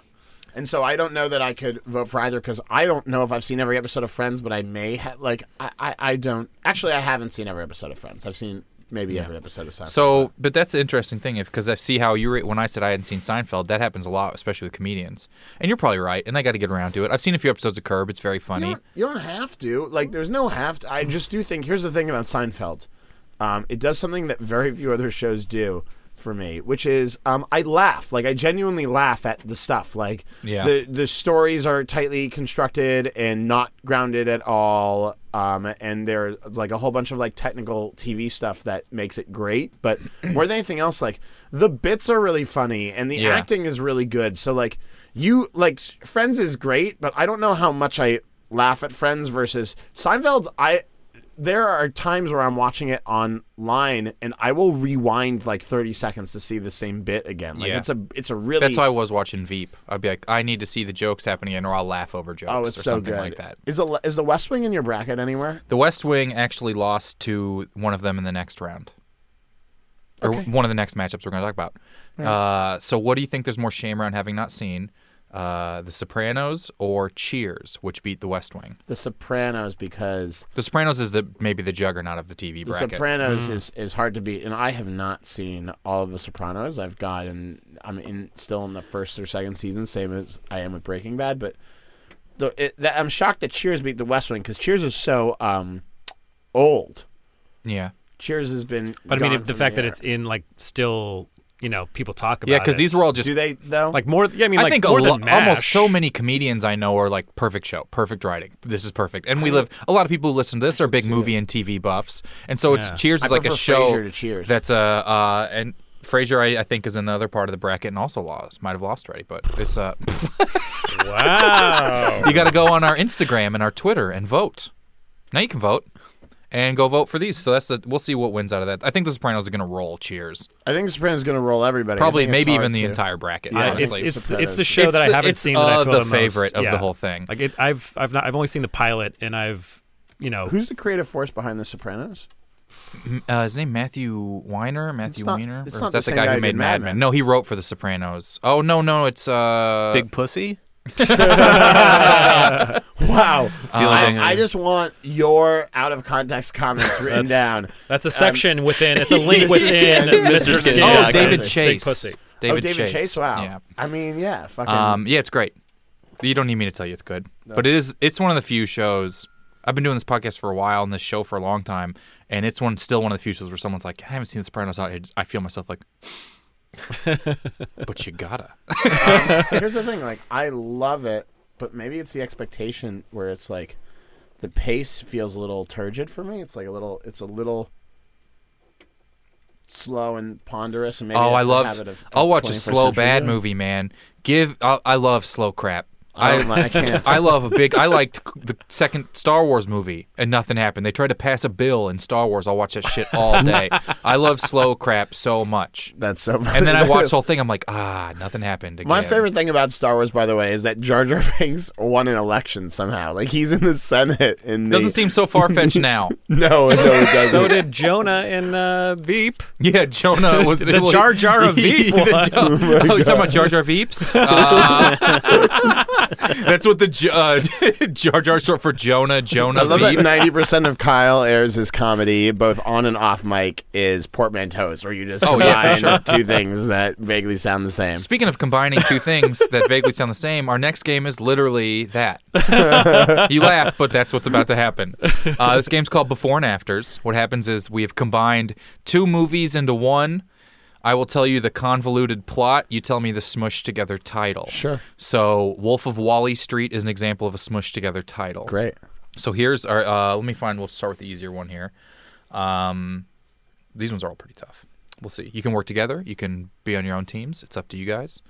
And so I don't know that I could vote for either because I don't know if I've seen every episode of Friends, but I may ha- like I, I I don't actually I haven't seen every episode of Friends. I've seen maybe every episode of Seinfeld. So, but that's the interesting thing, if because I see how you were when I said I hadn't seen Seinfeld, that happens a lot, especially with comedians. And you're probably right, and I got to get around to it. I've seen a few episodes of Curb; it's very you funny. don't, you don't have to like. There's no have to. I just do think here's the thing about Seinfeld. Um, it does something that very few other shows do for me, which is um, I laugh. Like I genuinely laugh at the stuff. Like Yeah. the the stories are tightly constructed and not grounded at all. Um, and there's like a whole bunch of like technical TV stuff that makes it great. But more than anything else, like the bits are really funny and the Yeah. acting is really good. So like you like Friends is great, but I don't know how much I laugh at Friends versus Seinfeld's. I there are times where I'm watching it online and I will rewind like 30 seconds to see the same bit again. Like Yeah. it's a it's a really That's how I was watching Veep. I'd be like, I need to see the jokes happening, or I'll laugh over jokes Oh, it's or so something good. like that. Is the is the West Wing in your bracket anywhere? The West Wing actually lost to one of them in the next round, or one of the next matchups we're going to talk about. Uh, so, what do you think? There's more shame around having not seen uh, The Sopranos or Cheers, which beat The West Wing. The Sopranos because The Sopranos is the maybe the juggernaut of the TV The bracket. Hmm. Sopranos is, is hard to beat, and I have not seen all of The Sopranos. I've gotten I'm in still in the first or second season, same as I am with Breaking Bad. But the it, that, I'm shocked that Cheers beat The West Wing because Cheers is so um old. yeah, Cheers has been. But I mean, gone if the from fact that air. it's in like still, you know, people talk about. yeah, because it. these were all just. do they though? like more. Yeah, I mean, I like think a more lo- than almost MASH. so many comedians I know are like perfect show, perfect writing. This is perfect, and we live. A lot of people who listen to this are big movie and TV buffs, and so it's Cheers I is like a prefer show Frasier to Cheers. that's a uh, and Frasier I, I think is in the other part of the bracket and also lost, might have lost already, but it's uh, Wow. you got to go on our Instagram and our Twitter and vote. Now you can vote and go vote for these. So that's the, we'll see what wins out of that. I think The Sopranos are gonna roll. Cheers, I think The Sopranos is gonna roll everybody. I probably think it's maybe hard even the to- entire bracket. Yeah, It's, honestly. it's, Sopranos. it's the show It's that the- I haven't it's seen that I of feel the most. favorite of the Yeah. whole thing. Like it, I've I've not I've only seen the pilot and I've you know Who's the creative force behind The Sopranos? Uh, his name Matthew Weiner, Matthew not- Weiner, it's or not is that the the same guy, guy who who made did Mad Mad Men? Men. No, he wrote for The Sopranos. Oh no, no, it's uh, Big pussy. Wow. the only thing I I, I know. just want your out of context comments written down. that's Um, a section within it's a link within Yeah, Mr. Mr. Skin. Skinner. oh Yeah, David Big Chase, pussy. David, oh, David Chase. Wow. Yeah, I mean, yeah. Fucking. um, yeah, it's great. You don't need me to tell you it's good, but it is. It's one of the few shows. I've been doing this podcast for a while and this show for a long time, and it's one still one of the few shows where someone's like, "I haven't seen The Sopranos." out here." I feel myself like, but you gotta. here's the thing. Like, I love it, but maybe it's the expectation where it's like, the pace feels a little turgid for me. It's like a little. It's a little. Slow and ponderous, and maybe Oh, I it's a love. habit of- I'll of watch a 21st slow century bad doing. movie, man. Give. I, I love slow crap. I, don't li- I can't. I love a big. I liked the second Star Wars movie, and nothing happened. They tried to pass a bill in Star Wars. I'll watch that shit all day. I love slow crap so much. That's so. Funny. And then I watch the That is- whole thing. I'm like, ah, nothing happened. Again. My favorite thing about Star Wars, by the way, is that Jar Jar Binks won an election somehow. Like he's in the Senate. In the, doesn't seem so far fetched now. No, no, it doesn't. So did Jonah in uh, Veep. Yeah, Jonah was The Jar Jar of Veep Yeah, Jo- one. oh, you talking about Jar Jar Veeps? Uh, that's what the J- uh, Jar Jar is short for Jonah. Jonah. I love Veep. that ninety percent of Kyle Ayers' comedy, both on and off mic, is portmanteaus, where you just Oh, combine yeah, for two things that vaguely sound the same. Speaking of combining two things that vaguely sound the same, our next game is literally that. you laugh, but that's what's about to happen. Uh, this game's called Before and Afters. What happens is we have combined two movies into one. I will tell you the convoluted plot. You tell me the smushed together title. Sure. So, Wolf of Wally Street is an example of a smushed together title. Great. So here's our. Uh, let me find. We'll start with the easier one here. Um, these ones are all pretty tough. We'll see. You can work together. You can be on your own teams. It's up to you guys.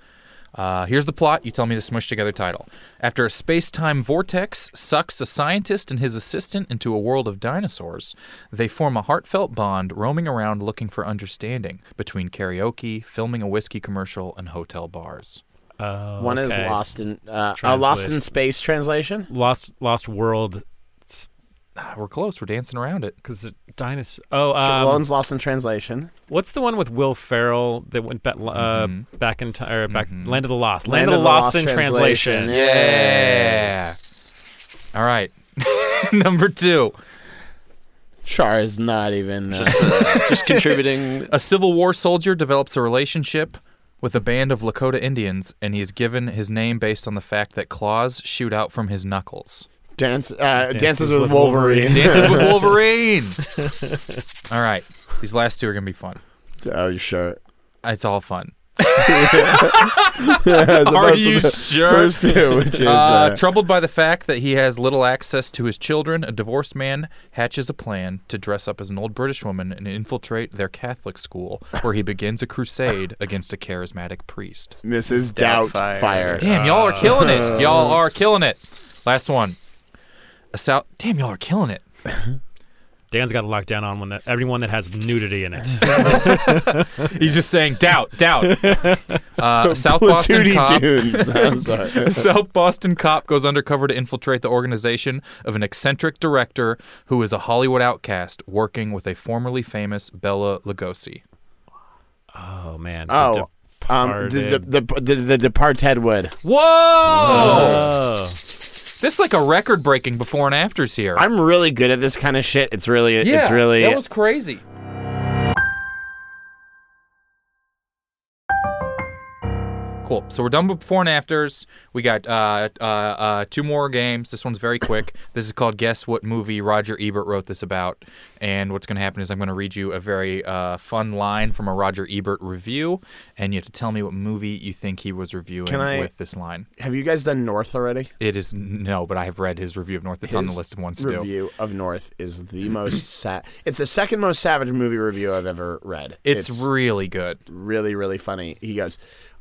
Uh, here's the plot. You tell me the smushed together title. After a space time vortex sucks a scientist and his assistant into a world of dinosaurs, they form a heartfelt bond roaming around looking for understanding between karaoke, filming a whiskey commercial, and hotel bars. One is okay. lost in uh, uh, lost in Translation. space translation. Lost Lost World Ah, we're close. We're dancing around it. because dinosaur. Oh, um, Shalon's lost in translation. what's the one with Will Ferrell that went back, uh, back in time or back Land of the Lost? Land of the Lost in translation. translation. Yeah. All right. Number two. Char is not even. Uh, Just contributing. A Civil War soldier develops a relationship with a band of Lakota Indians, and he is given his name based on the fact that claws shoot out from his knuckles. dance, uh, dances, with, Wolverine. Dances with Wolverine. all right, these last two are gonna be fun. Are Oh, you sure? It's all fun. As Are opposed to you the sure? First two, which is Uh, uh, troubled by the fact that he has little access to his children, a divorced man hatches a plan to dress up as an old British woman and infiltrate their Catholic school, where he begins a crusade against a charismatic priest. Mrs. Doubtfire. Doubtfire. Damn, y'all are killing it. Y'all are killing it. Last one. A South. Damn, y'all are killing it. Dan's got a lockdown on one that everyone that has nudity in it. He's just saying doubt, doubt. Uh, a South Boston Platoony cop. tunes. I'm sorry. a South Boston cop goes undercover to infiltrate the organization of an eccentric director who is a Hollywood outcast working with a formerly famous Bella Lugosi. Oh man. The Oh, um, the, Departed. the, the, the, the Departed Wood. Whoa! Oh. This is like a record breaking before and afters here. I'm really good at this kind of shit. It's really, yeah, it's really. that was crazy. Cool. So we're done with before and afters. We got uh, uh, uh, two more games. This one's very quick. this is called Guess What Movie Roger Ebert Wrote This About. And what's going to happen is I'm going to read you a very uh, fun line from a Roger Ebert review, and you have to tell me what movie you think he was reviewing Can I- with this line. Have you guys done North already? It is no, but I have read his review of North. It's on the His list of ones to do. Review of North is the most sad. It's the second most savage movie review I've ever read. It's, really good. really, really funny. He goes,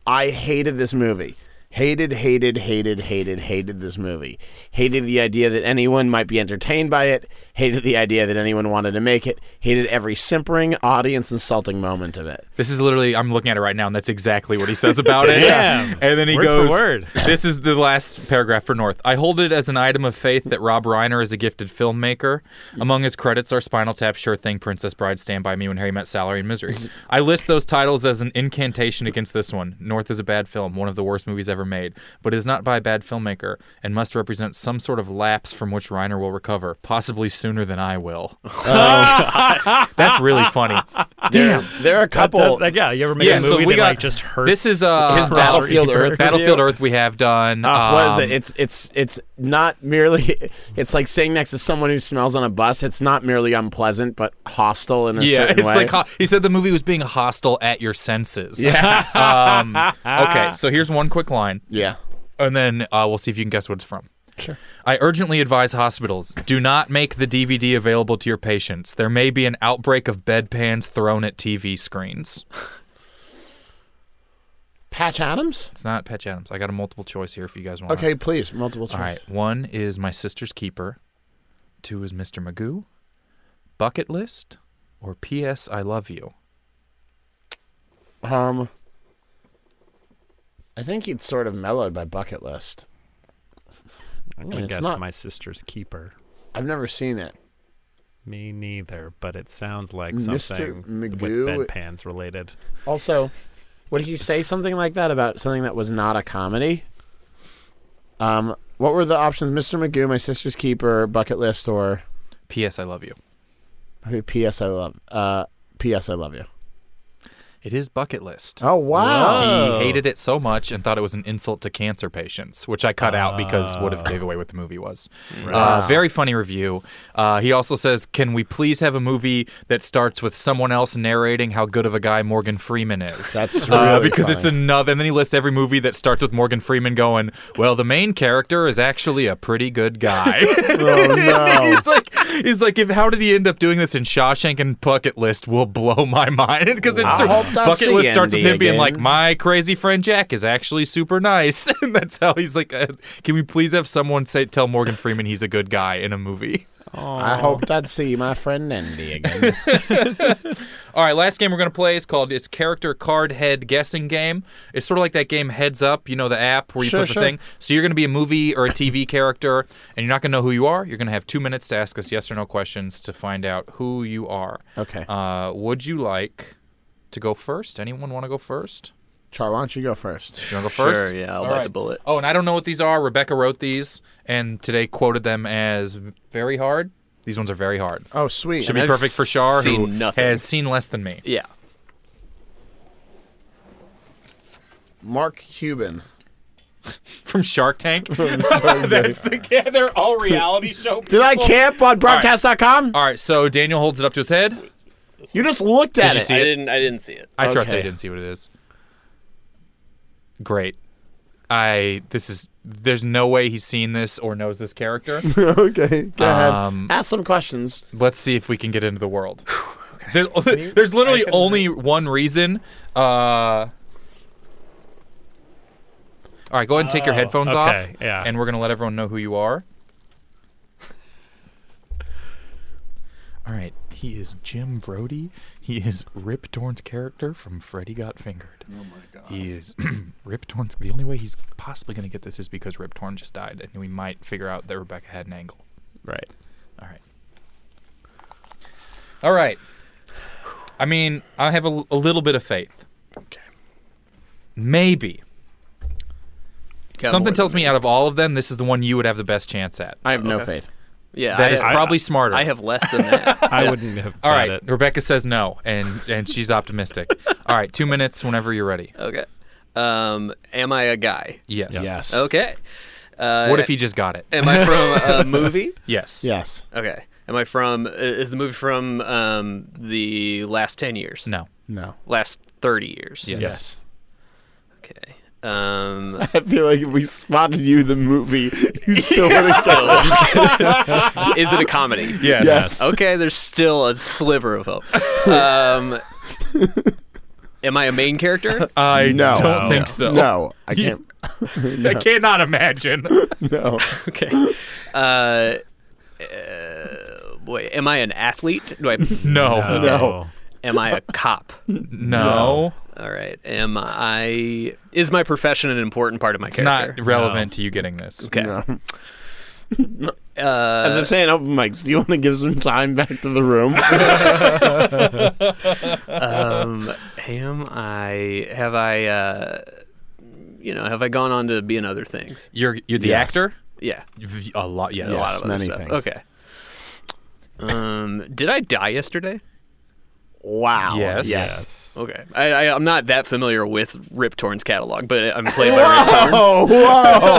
I hated this movie. Hated, hated, hated, hated, hated this movie. Hated the idea that anyone might be entertained by it. Hated the idea that anyone wanted to make it. Hated every simpering, audience insulting moment of it. This is literally I'm looking at it right now, and that's exactly what he says about it. Damn. And then he Word for goes, word. "This is the last paragraph for North. I hold it as an item of faith that Rob Reiner is a gifted filmmaker. Among his credits are Spinal Tap, Sure Thing, Princess Bride, Stand by Me, When Harry Met Salary, and Misery. I list those titles as an incantation against this one. North is a bad film, one of the worst movies ever made, but it is not by a bad filmmaker and must represent some sort of lapse from which Reiner will recover, possibly sooner than I will. that's really funny. Damn. There, there are a couple. Oh. Like, yeah, you ever make a movie that like just hurts? This is uh, His Battlefield Roger Ebert. Earth Battlefield review. Earth we have done. Uh, what is it? um, It's it's it's not merely. It's like sitting next to someone who smells on a bus. It's not merely unpleasant, but hostile in a yeah, certain it's way. like ho- he said the movie was being hostile at your senses. Yeah. um, okay, so here's one quick line, yeah. and then uh, we'll see if you can guess what it's from. Sure. I urgently advise hospitals do not make the DVD available to your patients. There may be an outbreak of bedpans thrown at TV screens. Patch Adams. It's not Patch Adams. I got a multiple choice here if you guys want. Okay, please multiple choice. All right. One is My Sister's Keeper. Two is Mr. Magoo. Bucket List or P.S. I Love You. Um, I think he'd sort of mellowed by Bucket List. I'm gonna it's guess not- my sister's keeper. I've never seen it. Me neither, but it sounds like Mr. something Magoo- with bedpans related. Also, would he say something like that about something that was not a comedy? Um, what were the options? Mr. Magoo, My Sister's Keeper, Bucket List, or P.S. I Love You. P.S. I love. Uh, P.S. I love you. It is Bucket List. Oh wow! He hated it so much and thought it was an insult to cancer patients, which I cut out because would Ah. have gave away what the movie was. Uh, very funny review. Uh, he also says, "Can we please have a movie that starts with someone else narrating how good of a guy Morgan Freeman is?" That's uh, really because it's funny. another. And then he lists every movie that starts with Morgan Freeman going, "Well, the main character is actually a pretty good guy." Oh no! He's like, He's like, if how did he end up doing this in Shawshank and Bucket List will blow my mind because it's I hope I Bucket see List starts with Andy him being again. like, my crazy friend Jack is actually super nice, and that's how he's like, uh, can we please have someone say tell Morgan Freeman he's a good guy in a movie? I hoped I'd see my friend Andy again. All right, last game we're gonna play is called it's character card head guessing game. It's sort of like that game Heads Up, you know, the app where you Sure, put the sure. thing. So you're gonna be a movie or a TV character, and you're not gonna know who you are. You're gonna have two minutes to ask us yes or no questions to find out who you are. Okay. Uh, would you like to go first? Anyone want to go first? Char, why don't you go first? You want to go first? Sure, yeah, I'll All bite the bullet. Oh, and I don't know what these are. Rebecca wrote these and today quoted them as v- very hard. These ones are very hard. Oh, sweet. Should be I've perfect for Shar, who seen nothing. has seen less than me. Yeah. Mark Cuban. from Shark Tank. That's the yeah, they're all reality show. Did I people. camp on broadcast.com? All right, so Daniel holds it up to his head. You just looked at you it. see I it? didn't. I didn't see it. I trust Okay. I didn't see what it is. Great. I this is there's no way he's seen this or knows this character. okay, go Um, ahead. Ask some questions. Let's see if we can get into the world. There- there's literally only one reason. Uh, all right, go ahead and take your headphones off, Oh, okay, yeah. and we're gonna let everyone know who you are. All right, he is Jim Brody. He is Rip Torn's character from Freddy Got Fingered. Oh my god. He is Rip Torn's. The only way he's possibly gonna get this is because Rip Torn just died, and we might figure out that Rebecca had an angle. Right. All right. All right. I mean, I have a, a little bit of faith. Okay. Maybe. Got more Something than tells me out of all of them, this is the one you would have the best chance at. I have no faith. Yeah. That I, is have, probably smarter. I have less than that. I wouldn't have. all right. it. Rebecca says no, and, and she's optimistic. all right. Two minutes whenever you're ready. okay. Um, am I a guy? Yes. Yes. Okay. Uh, What if he just got it? Am I from a movie? Yes. Yes. Okay. Am I from? i- Is the movie from um, the last ten years? No. No. Last thirty years. Yes. Yes. Okay. Um, I feel like if we spotted you the movie, you still would have stuck. is it a comedy? Yes. Yes. Okay. There's still a sliver of hope. Um, am I a main character? I No. don't No. think so. No, I You- can't. I cannot imagine. No. Okay. Uh, uh, boy, am I an athlete? Do I? Oh, No. No. Am I a cop? No. All right. Am I? Is my profession an important part of my It's character? not relevant to you getting this. Okay. Uh, Uh, As I'm saying, open mics. Do you want to give some time back to the room? Um, am I? Have I? Uh, you know, have I gone on to be in other things? You're you're the Yes. actor. Yeah, V- A lot. Yes. a lot of other many stuff. things. Okay. Um, did I die yesterday? wow. Yes. Okay, I, I, I'm not that familiar with Rip Torn's catalog, but I'm played by Rip Torn. Oh,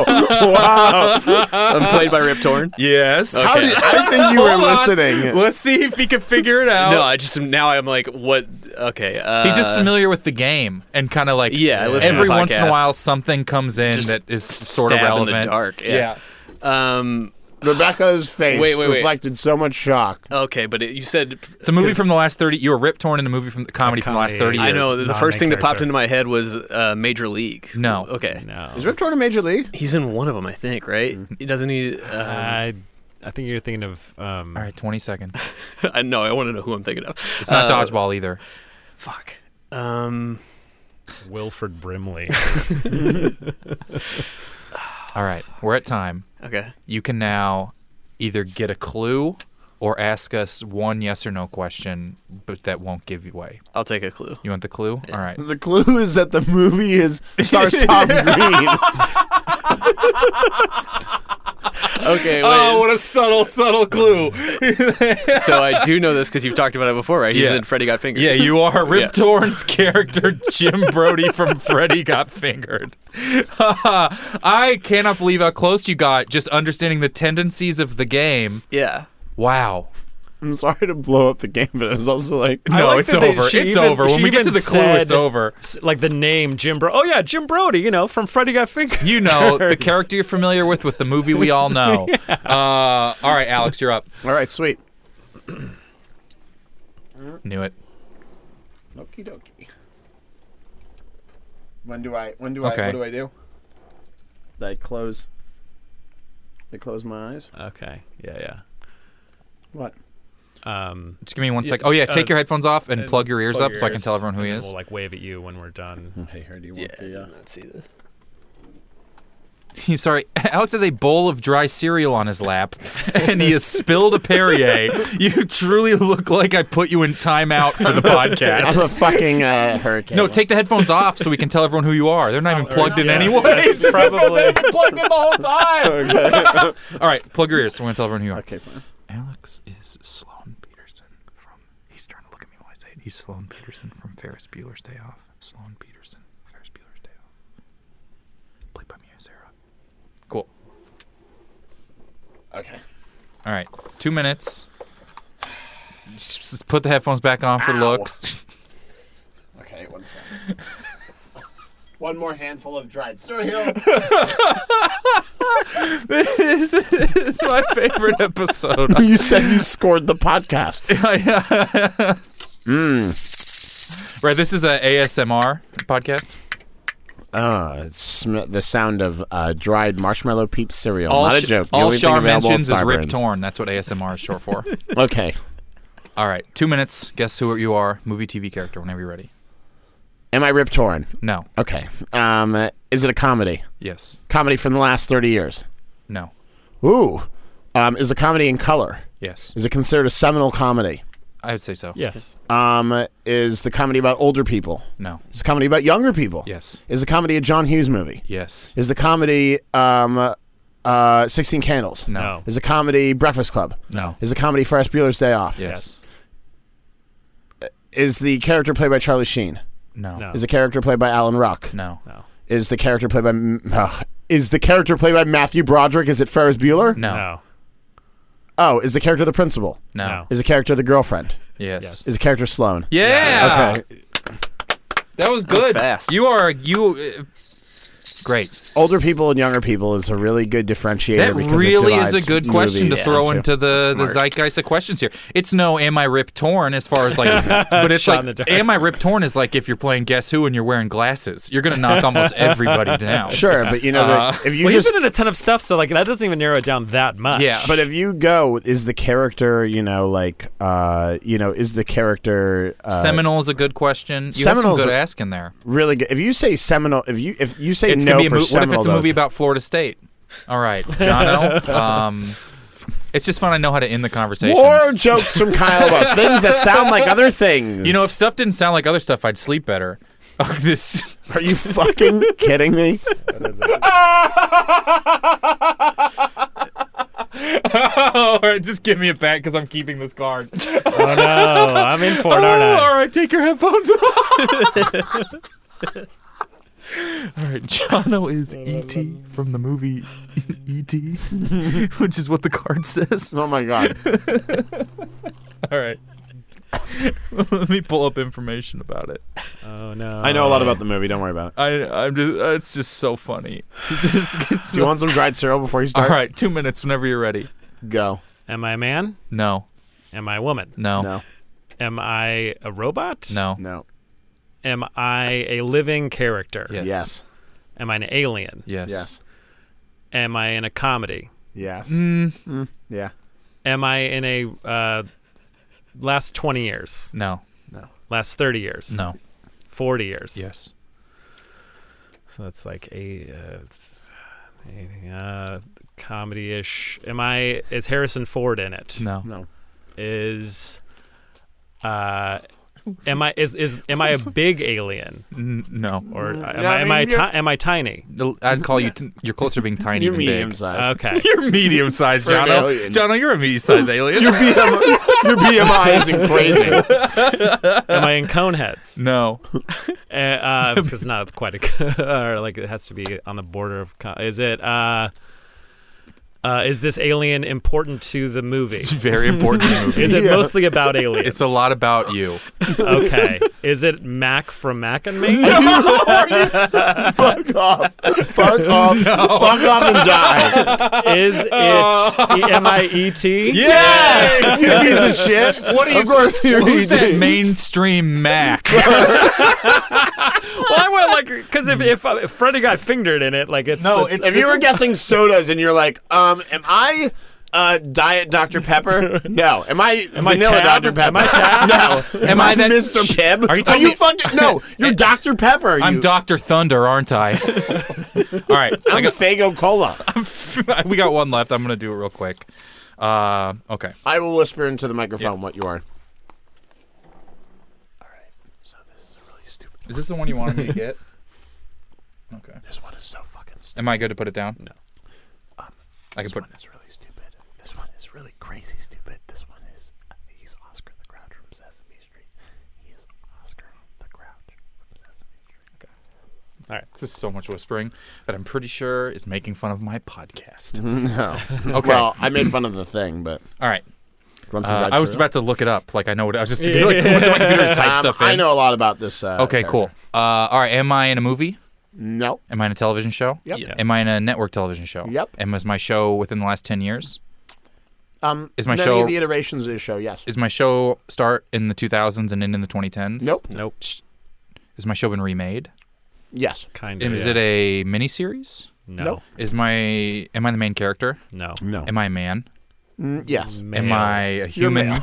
whoa! wow. I'm played by Rip Torn. Yes. How did, I think you were listening. Let's see if he can figure it out. No, I just now I'm like, what? Okay, uh, He's just familiar with the game and kind of like Yeah, I listen to every the once in a podcast. while something comes in Just that is sort of stab in relevant. the dark, yeah. Um, Rebecca's face Wait, wait, wait. reflected so much shock. okay, but it, you said It's a movie from the last thirty. You were Rip Torn in a movie from the comedy, from the last thirty years. I know the first non-main thing that popped character. into my head was uh, Major League. No. Okay. No. Is Rip Torn a major league? He's in one of them, I think, right? Mm-hmm. He doesn't he? Uh, I, I think you're thinking of. Um, All right, twenty seconds. um, I know. I want to know who I'm thinking of. It's not Uh, dodgeball either. Fuck. Um, Wilfred Brimley. All right, we're at time. okay. You can now either get a clue or ask us one yes or no question, but that won't give you away. I'll take a clue. You want the clue? All right. The clue is that the movie is stars Tom Green. Okay. Wait, Oh, a subtle, subtle clue. so I do know this because you've talked about it before, right? He's Yeah. in Freddy Got Fingered. Yeah, you are Rip Yeah. Torn's character, Jim Brody from Freddy Got Fingered. I cannot believe how close you got just understanding the tendencies of the game. yeah. Wow. I'm sorry to blow up the game, but it was also like, No, like it's that they- over. she it's even- over. When she we get to even the clue, it's said- over. S- Like the name Jim Brody. Oh yeah, Jim Brody. You know from Freddy Got Fingered. You know the character you're familiar with, with the movie we all know. uh, all right, Alex, you're up. all right, sweet. Knew it. Okie dokie. When do I? When do Okay. I? What do I do? I close. I close my eyes. Okay. Yeah. What? Yeah. Um, Just give me one sec. Oh yeah, take uh, your headphones off and and plug your ears plug up your so I can ears, tell everyone who and he then is. We'll like wave at you when we're done. Hey, here. Do you want the? Uh, Let's see this. Sorry, Alex has a bowl of dry cereal on his lap, and he has spilled a Perrier. You truly look like I put you in timeout for the podcast. That's a fucking uh, hurricane. No, take the headphones off so we can tell everyone who you are. They're not even plugged in yeah, anyway. that's These headphones probably- haven't been plugged in the whole time. okay. All right, plug your ears so we're going to tell everyone who you are. okay, fine. Alex is Sloan Peterson from. He's trying to look at me while I say it. He's Sloan Peterson from Ferris Bueller's Day Off. Sloan Peterson, Ferris Bueller's Day Off. Played by Mia Sarah. Cool. Okay. All right, two minutes. Just put the headphones back on for looks. Okay. One second. one more handful of dried cereal. this is my favorite episode. you said you scored the podcast. Hmm. right, this is a ASMR podcast. Ah, it sm- the sound of uh, dried marshmallow peep cereal. All, Not sh- a joke. The all only thing Shar available at mentions is Rip Starburns. Torn. That's what ASMR is short for. Okay. all right, two minutes. Guess who you are? Movie, TV character. Whenever you're ready. Am I Rip Torn? No. Okay. Um, uh, is it a comedy? Yes. Comedy from the last thirty years. No. Ooh. Um, is a comedy in color? Yes. Is it considered a seminal comedy? I would say so. Yes. Um, is the comedy about older people? No. Is the comedy about younger people? Yes. Is the comedy a John Hughes movie? Yes. Is the comedy um, uh, Sixteen Candles? No. Is the comedy Breakfast Club? No. Is the comedy Ferris Bueller's Day Off? Yes. Is the character played by Charlie Sheen? No. No. Is the character played by Alan Ruck? No. No. Is the character played by mm, ugh. Is the character played by Matthew Broderick? Is it Ferris Bueller? No. No. Oh, is the character the principal? No. No. Is the character the girlfriend? Yes. Yes. Is the character Sloane? Yeah. Okay. That was good. fast. You are you. Uh, great. older people and younger people is a really good differentiator. That because it really is a divides good question to movies throw into. into the, the Smart. zeitgeist of questions here. It's no am I Rip Torn as far as like, but it's Shot in the like dark. am I Rip Torn is like if you're playing Guess Who and you're wearing glasses, you're gonna knock almost everybody down. Sure, but you know, Uh, that if you Well, just he's been in a ton of stuff, so like that doesn't even narrow it down that much. Yeah. but if you go, is the character you know like uh you know is the character uh, Seminole is a good question. You have some Seminole's good a- ask in there. really good? If you say Seminole, if you if you say It's no gonna be a for mo- what if Seminole, it's a movie those- about Florida State? All right, Jono. um, it's just fun. I know how to end the conversation. More jokes from Kyle about things that sound like other things. You know, if stuff didn't sound like other stuff, I'd sleep better. Oh, this. are you fucking kidding me? All right, just give me it back because I'm keeping this card. Oh no, I'm in for it, aren't All Oh, I? right, take your headphones off. All right, Jono is E.T. from the movie E.T., which is what the card says. Oh my god! All right. Let me pull up information about it. Oh no. I know a lot about the movie. Don't worry about it. I, I'm just, it's just so funny. To just get Do you want some dried cereal before you All start? right, two minutes whenever you're ready. go. Am I a man? No, Am I a woman? no, no, No, Am I a robot? no. no. Am I a living character? Yes. Yes. Am I an alien? Yes. Yes. Am I in a comedy? Yes. Mm, Yeah. Am I in a uh, last 20 years? No. Last 30 years? No. 40 years? Yes. So that's like a, uh, a uh, comedy ish. Am I, is Harrison Ford in it? No. No. Is, uh, am I, is, is, am I a big alien? N- no. Or am, I I, am, I, mean, you're- ti- am I tiny? The- I'd call you. T- you're closer to being tiny You're than medium big. sized. Okay. You're medium sized, For an Jono. alien. Jono, you're a medium sized alien. Your BMI isn't crazy. am I in Coneheads? no. Uh, uh, it's 'cause not quite a, or like it has to be on the border of. Con- is it? Uh, Uh, is this alien important to the movie? It's a very important movie. Is it mostly about aliens? It's a lot about you. Okay. Is it Mac from Mac and Me? Fuck off. Fuck off. Fuck off and die. Is it M I E T? Yeah. you piece of shit. What are you Who's that mainstream Mac? Well, I want like because if, if uh, if Freddy got fingered in it, like it's No, it's, If you were guessing sodas and you're like, um, am I uh, Diet Dr. Pepper? No. Am I Vanilla Tab? Dr. Pepper? Am I Tab? No. Am, Am I, I that- Mr. Pibb? Are you telling me- fucking No, you're Dr. Pepper. You, I'm Doctor Thunder, aren't I? All right, I I'm Fago Cola. got, we got one left. I'm gonna do it real quick. Uh, okay. I will whisper into the microphone what you are. Is this the one you wanted me to get? Okay. This one is so fucking stupid. Am I good to put it down? No. I can put. is really stupid. This one is really crazy stupid. This one is he's Oscar the Grouch from Sesame Street. He is Oscar the Grouch from Sesame Street. This is so much whispering that I'm pretty sure is making fun of my podcast. No. Okay. Well, I made fun of the thing, but All right. once Uh, I was about to look it up. Like I know what I was just like, went to my computer to type stuff in. Um, I know a lot about this. Uh, Okay, character. cool. Uh, all right. Am I in a movie? No. Am I in a television show? Yep. Yes. Am I in a network television show? Yep. Am is my show within the last ten years? Um, Is my many show- of the iterations of the show? Yes. Is my show start in the 2000s and end in the 2010s? nope. nope. Is my show been remade? Yes. Kind of. Is yeah. it a miniseries? No. Nope. Is my am I the main character? No. No. Am I a man? Mm, yes. Am Male. I a You're human? male.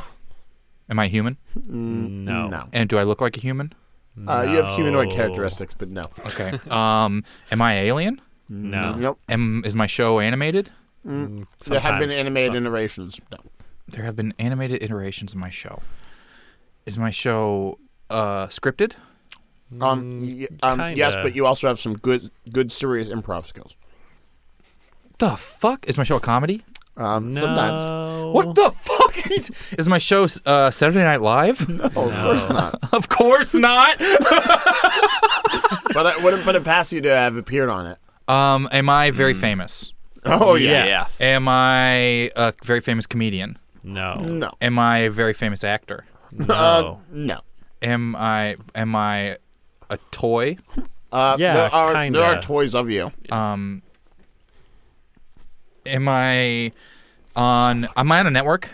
Am I human? No. No. And do I look like a human? Uh, you have humanoid No. characteristics, but no. Mm, Okay. um, am I alien? No. Nope. Am is my show animated? There have been Sometimes. animated iterations. No. There have been animated iterations of my show. Is my show uh, scripted? Um, y- um, Mm, yes, kinda. but you also have some good, good serious improv skills. The fuck is my show a comedy? Um, Sometimes. No. What the fuck is my show uh, Saturday Night Live? Oh, of course not. of course not. But I wouldn't put it past you to have appeared on it. Um, am I very famous? Oh yeah. Yes. Am I a very famous comedian? No. No. Am I a very famous actor? No. Uh, no. Am I am I a toy? Uh, Yeah, there are kinda. there are toys of you. Um, am I on? Am I on a network?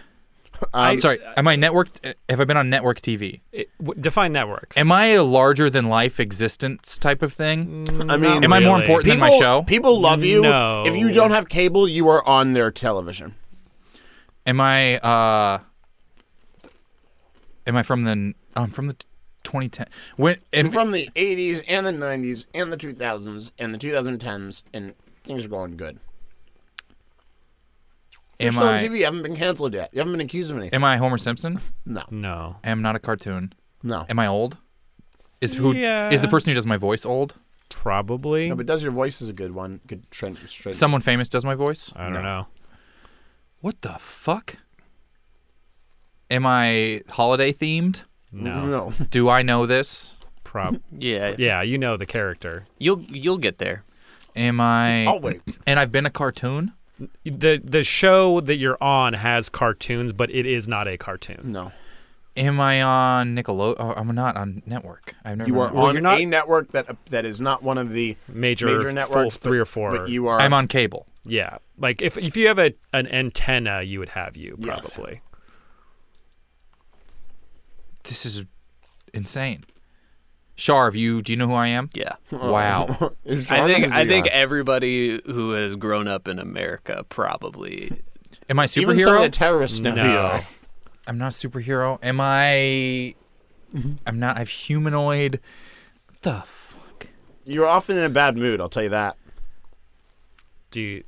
I'm sorry. Am I networked? Have I been on network TV? It- w- define networks. Am I a larger than life existence type of thing? I mean, Am I more really. important than people, my show? People love you. No. If you don't have cable, you are on their television. Am I uh Am I from the I'm from the 2010 when am, And from the 80s and the 90s and the 2000s and the 2010s, and things are going good. You're am still on I TV. You haven't been canceled yet. You haven't been accused of anything. am I Homer Simpson? No. No. I am not a cartoon. No. Am I old? Is who is the Yeah. person who does my voice old? Probably. No, but does your voice is a good one. Good trend. Straight. Someone famous does my voice? I don't know. What the fuck? Am I holiday themed? No. No. Do I know this? Prob. Yeah, Yeah, you know the character. you'll you'll get there. Am I I'll wait. And I've been a cartoon? The the show that you're on has cartoons, but it is not a cartoon. No. Am I on Nickelodeon? Oh, I'm not on network. I've never You been are Well, on you're not- a network that that is not one of the Major, major full networks, three but- or four. But you are. I'm on cable. Yeah, like if if you have a an antenna, you would have you Yes. probably. This is insane. Sharv, you do you know who I am? Yeah. Wow. As I long think as I you think are. everybody who has grown up in America probably Am I a even some of the superhero? terrorists know who you No. are. I'm not a superhero. Am I? Mm-hmm. I'm not. I've humanoid. The fuck. You're often in a bad mood. I'll tell you that. Do you,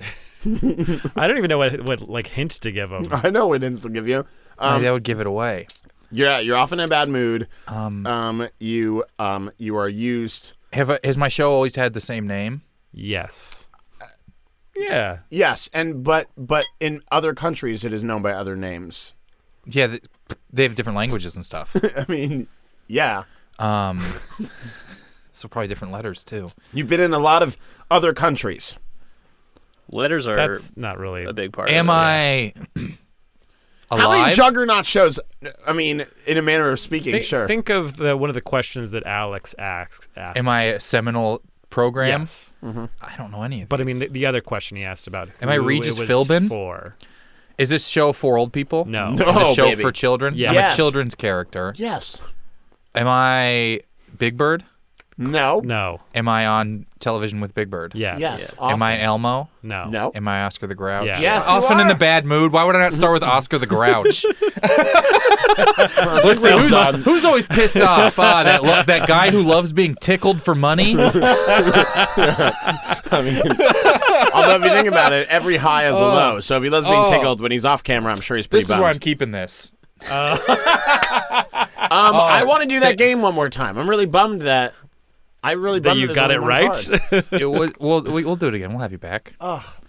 I don't even know what what like hint to give them. I know it didn't give you. Maybe Um, that would give it away. yeah, you're often in a bad mood. Um, Um, you um, you are used. have I, has my show always had the same name? Yes. Yeah. Yes, and but but in other countries it is known by other names. Yeah, th- they have different languages and stuff. I mean, yeah, Um, so probably different letters too. you've been in a lot of other countries. Letters are That's not really. a big part. Am of it. I How many alive? juggernaut shows? I mean, in a manner of speaking, Think, sure. think of the, one of the questions that Alex asks. asked. Am I a seminal program? Yes. I don't know any of But I these. mean, the, the other question he asked about. Am I who it Regis was Philbin? For. Is this show for old people? No. Is this No, show baby. for children? Yes. I'm a Yes. children's character. yes. Am I Big Bird? No. No. Am I on television with Big Bird? Yes. Yes. Am I Elmo? No. No. Am I Oscar the Grouch? Yes. Yes, you Often in are. a bad mood. Why would I not start with Oscar the Grouch? Let's Wait, who's, who's always pissed off? Ah, that lo- that guy who loves being tickled for money. I mean, although if you think about it, every high has a low. So if he loves being Oh. tickled when he's off camera, I'm sure he's pretty This is why I'm bummed. keeping this. um, Oh, I want to do that game one more time. I'm really bummed that. I really That bummed you there's got only it one right. card. It was, we'll we- we'll do it again. We'll have you back.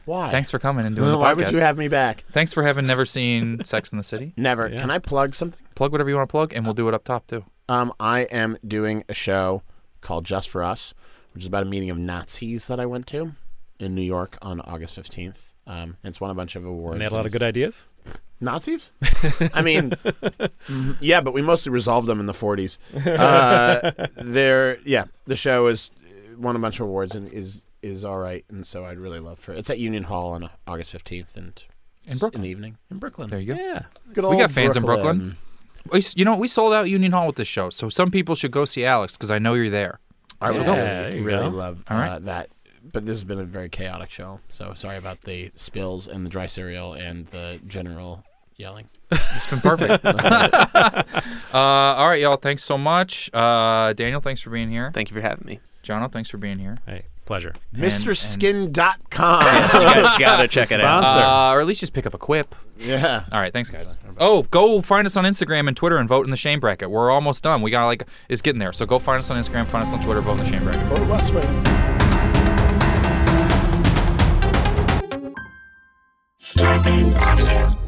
Why? Thanks for coming and doing the Oh. Why podcast. would you have me back? Thanks for having never seen Sex in the City. Never. Can I plug something? Plug whatever you want to plug, and we'll do it up top too. Um, I am doing a show called Just for Us, which is about a meeting of Nazis that I went to in New York on August 15th. Um, it's won a bunch of awards. And they had a and lot of good ideas. Nazis? I mean, mhm, yeah, but we mostly resolved them in the 40s. Uh, there, yeah, the show is uh, won a bunch of awards and is is all right, and so I'd really love for It's at Union Hall on August 15th and In it's Brooklyn. in the evening in Brooklyn. There you go. Yeah. Good We got fans in Brooklyn. We s- You know, we sold out Union Hall with this show, so some people should go see Alex because I know you're there. I would Yeah, there really, you really go. love All right. uh, that. But this has been a very chaotic show, so sorry about the spills and the dry cereal and the general yelling. It's been perfect. uh, all right, y'all. Thanks so much. Uh, Daniel, thanks for being here. Thank you for having me. Jono, thanks for being here. Hey, pleasure. MrSkin.com. Gotta, gotta check it out. Sponsor. Uh, or at least just pick up a quip. yeah. All right, thanks, guys. Oh, go find us on Instagram and Twitter and vote in the shame bracket. We're almost done. We got like it's getting there. So go find us on Instagram, find us on Twitter, vote in the shame bracket. Vote West Wing. Scarpins Avenue.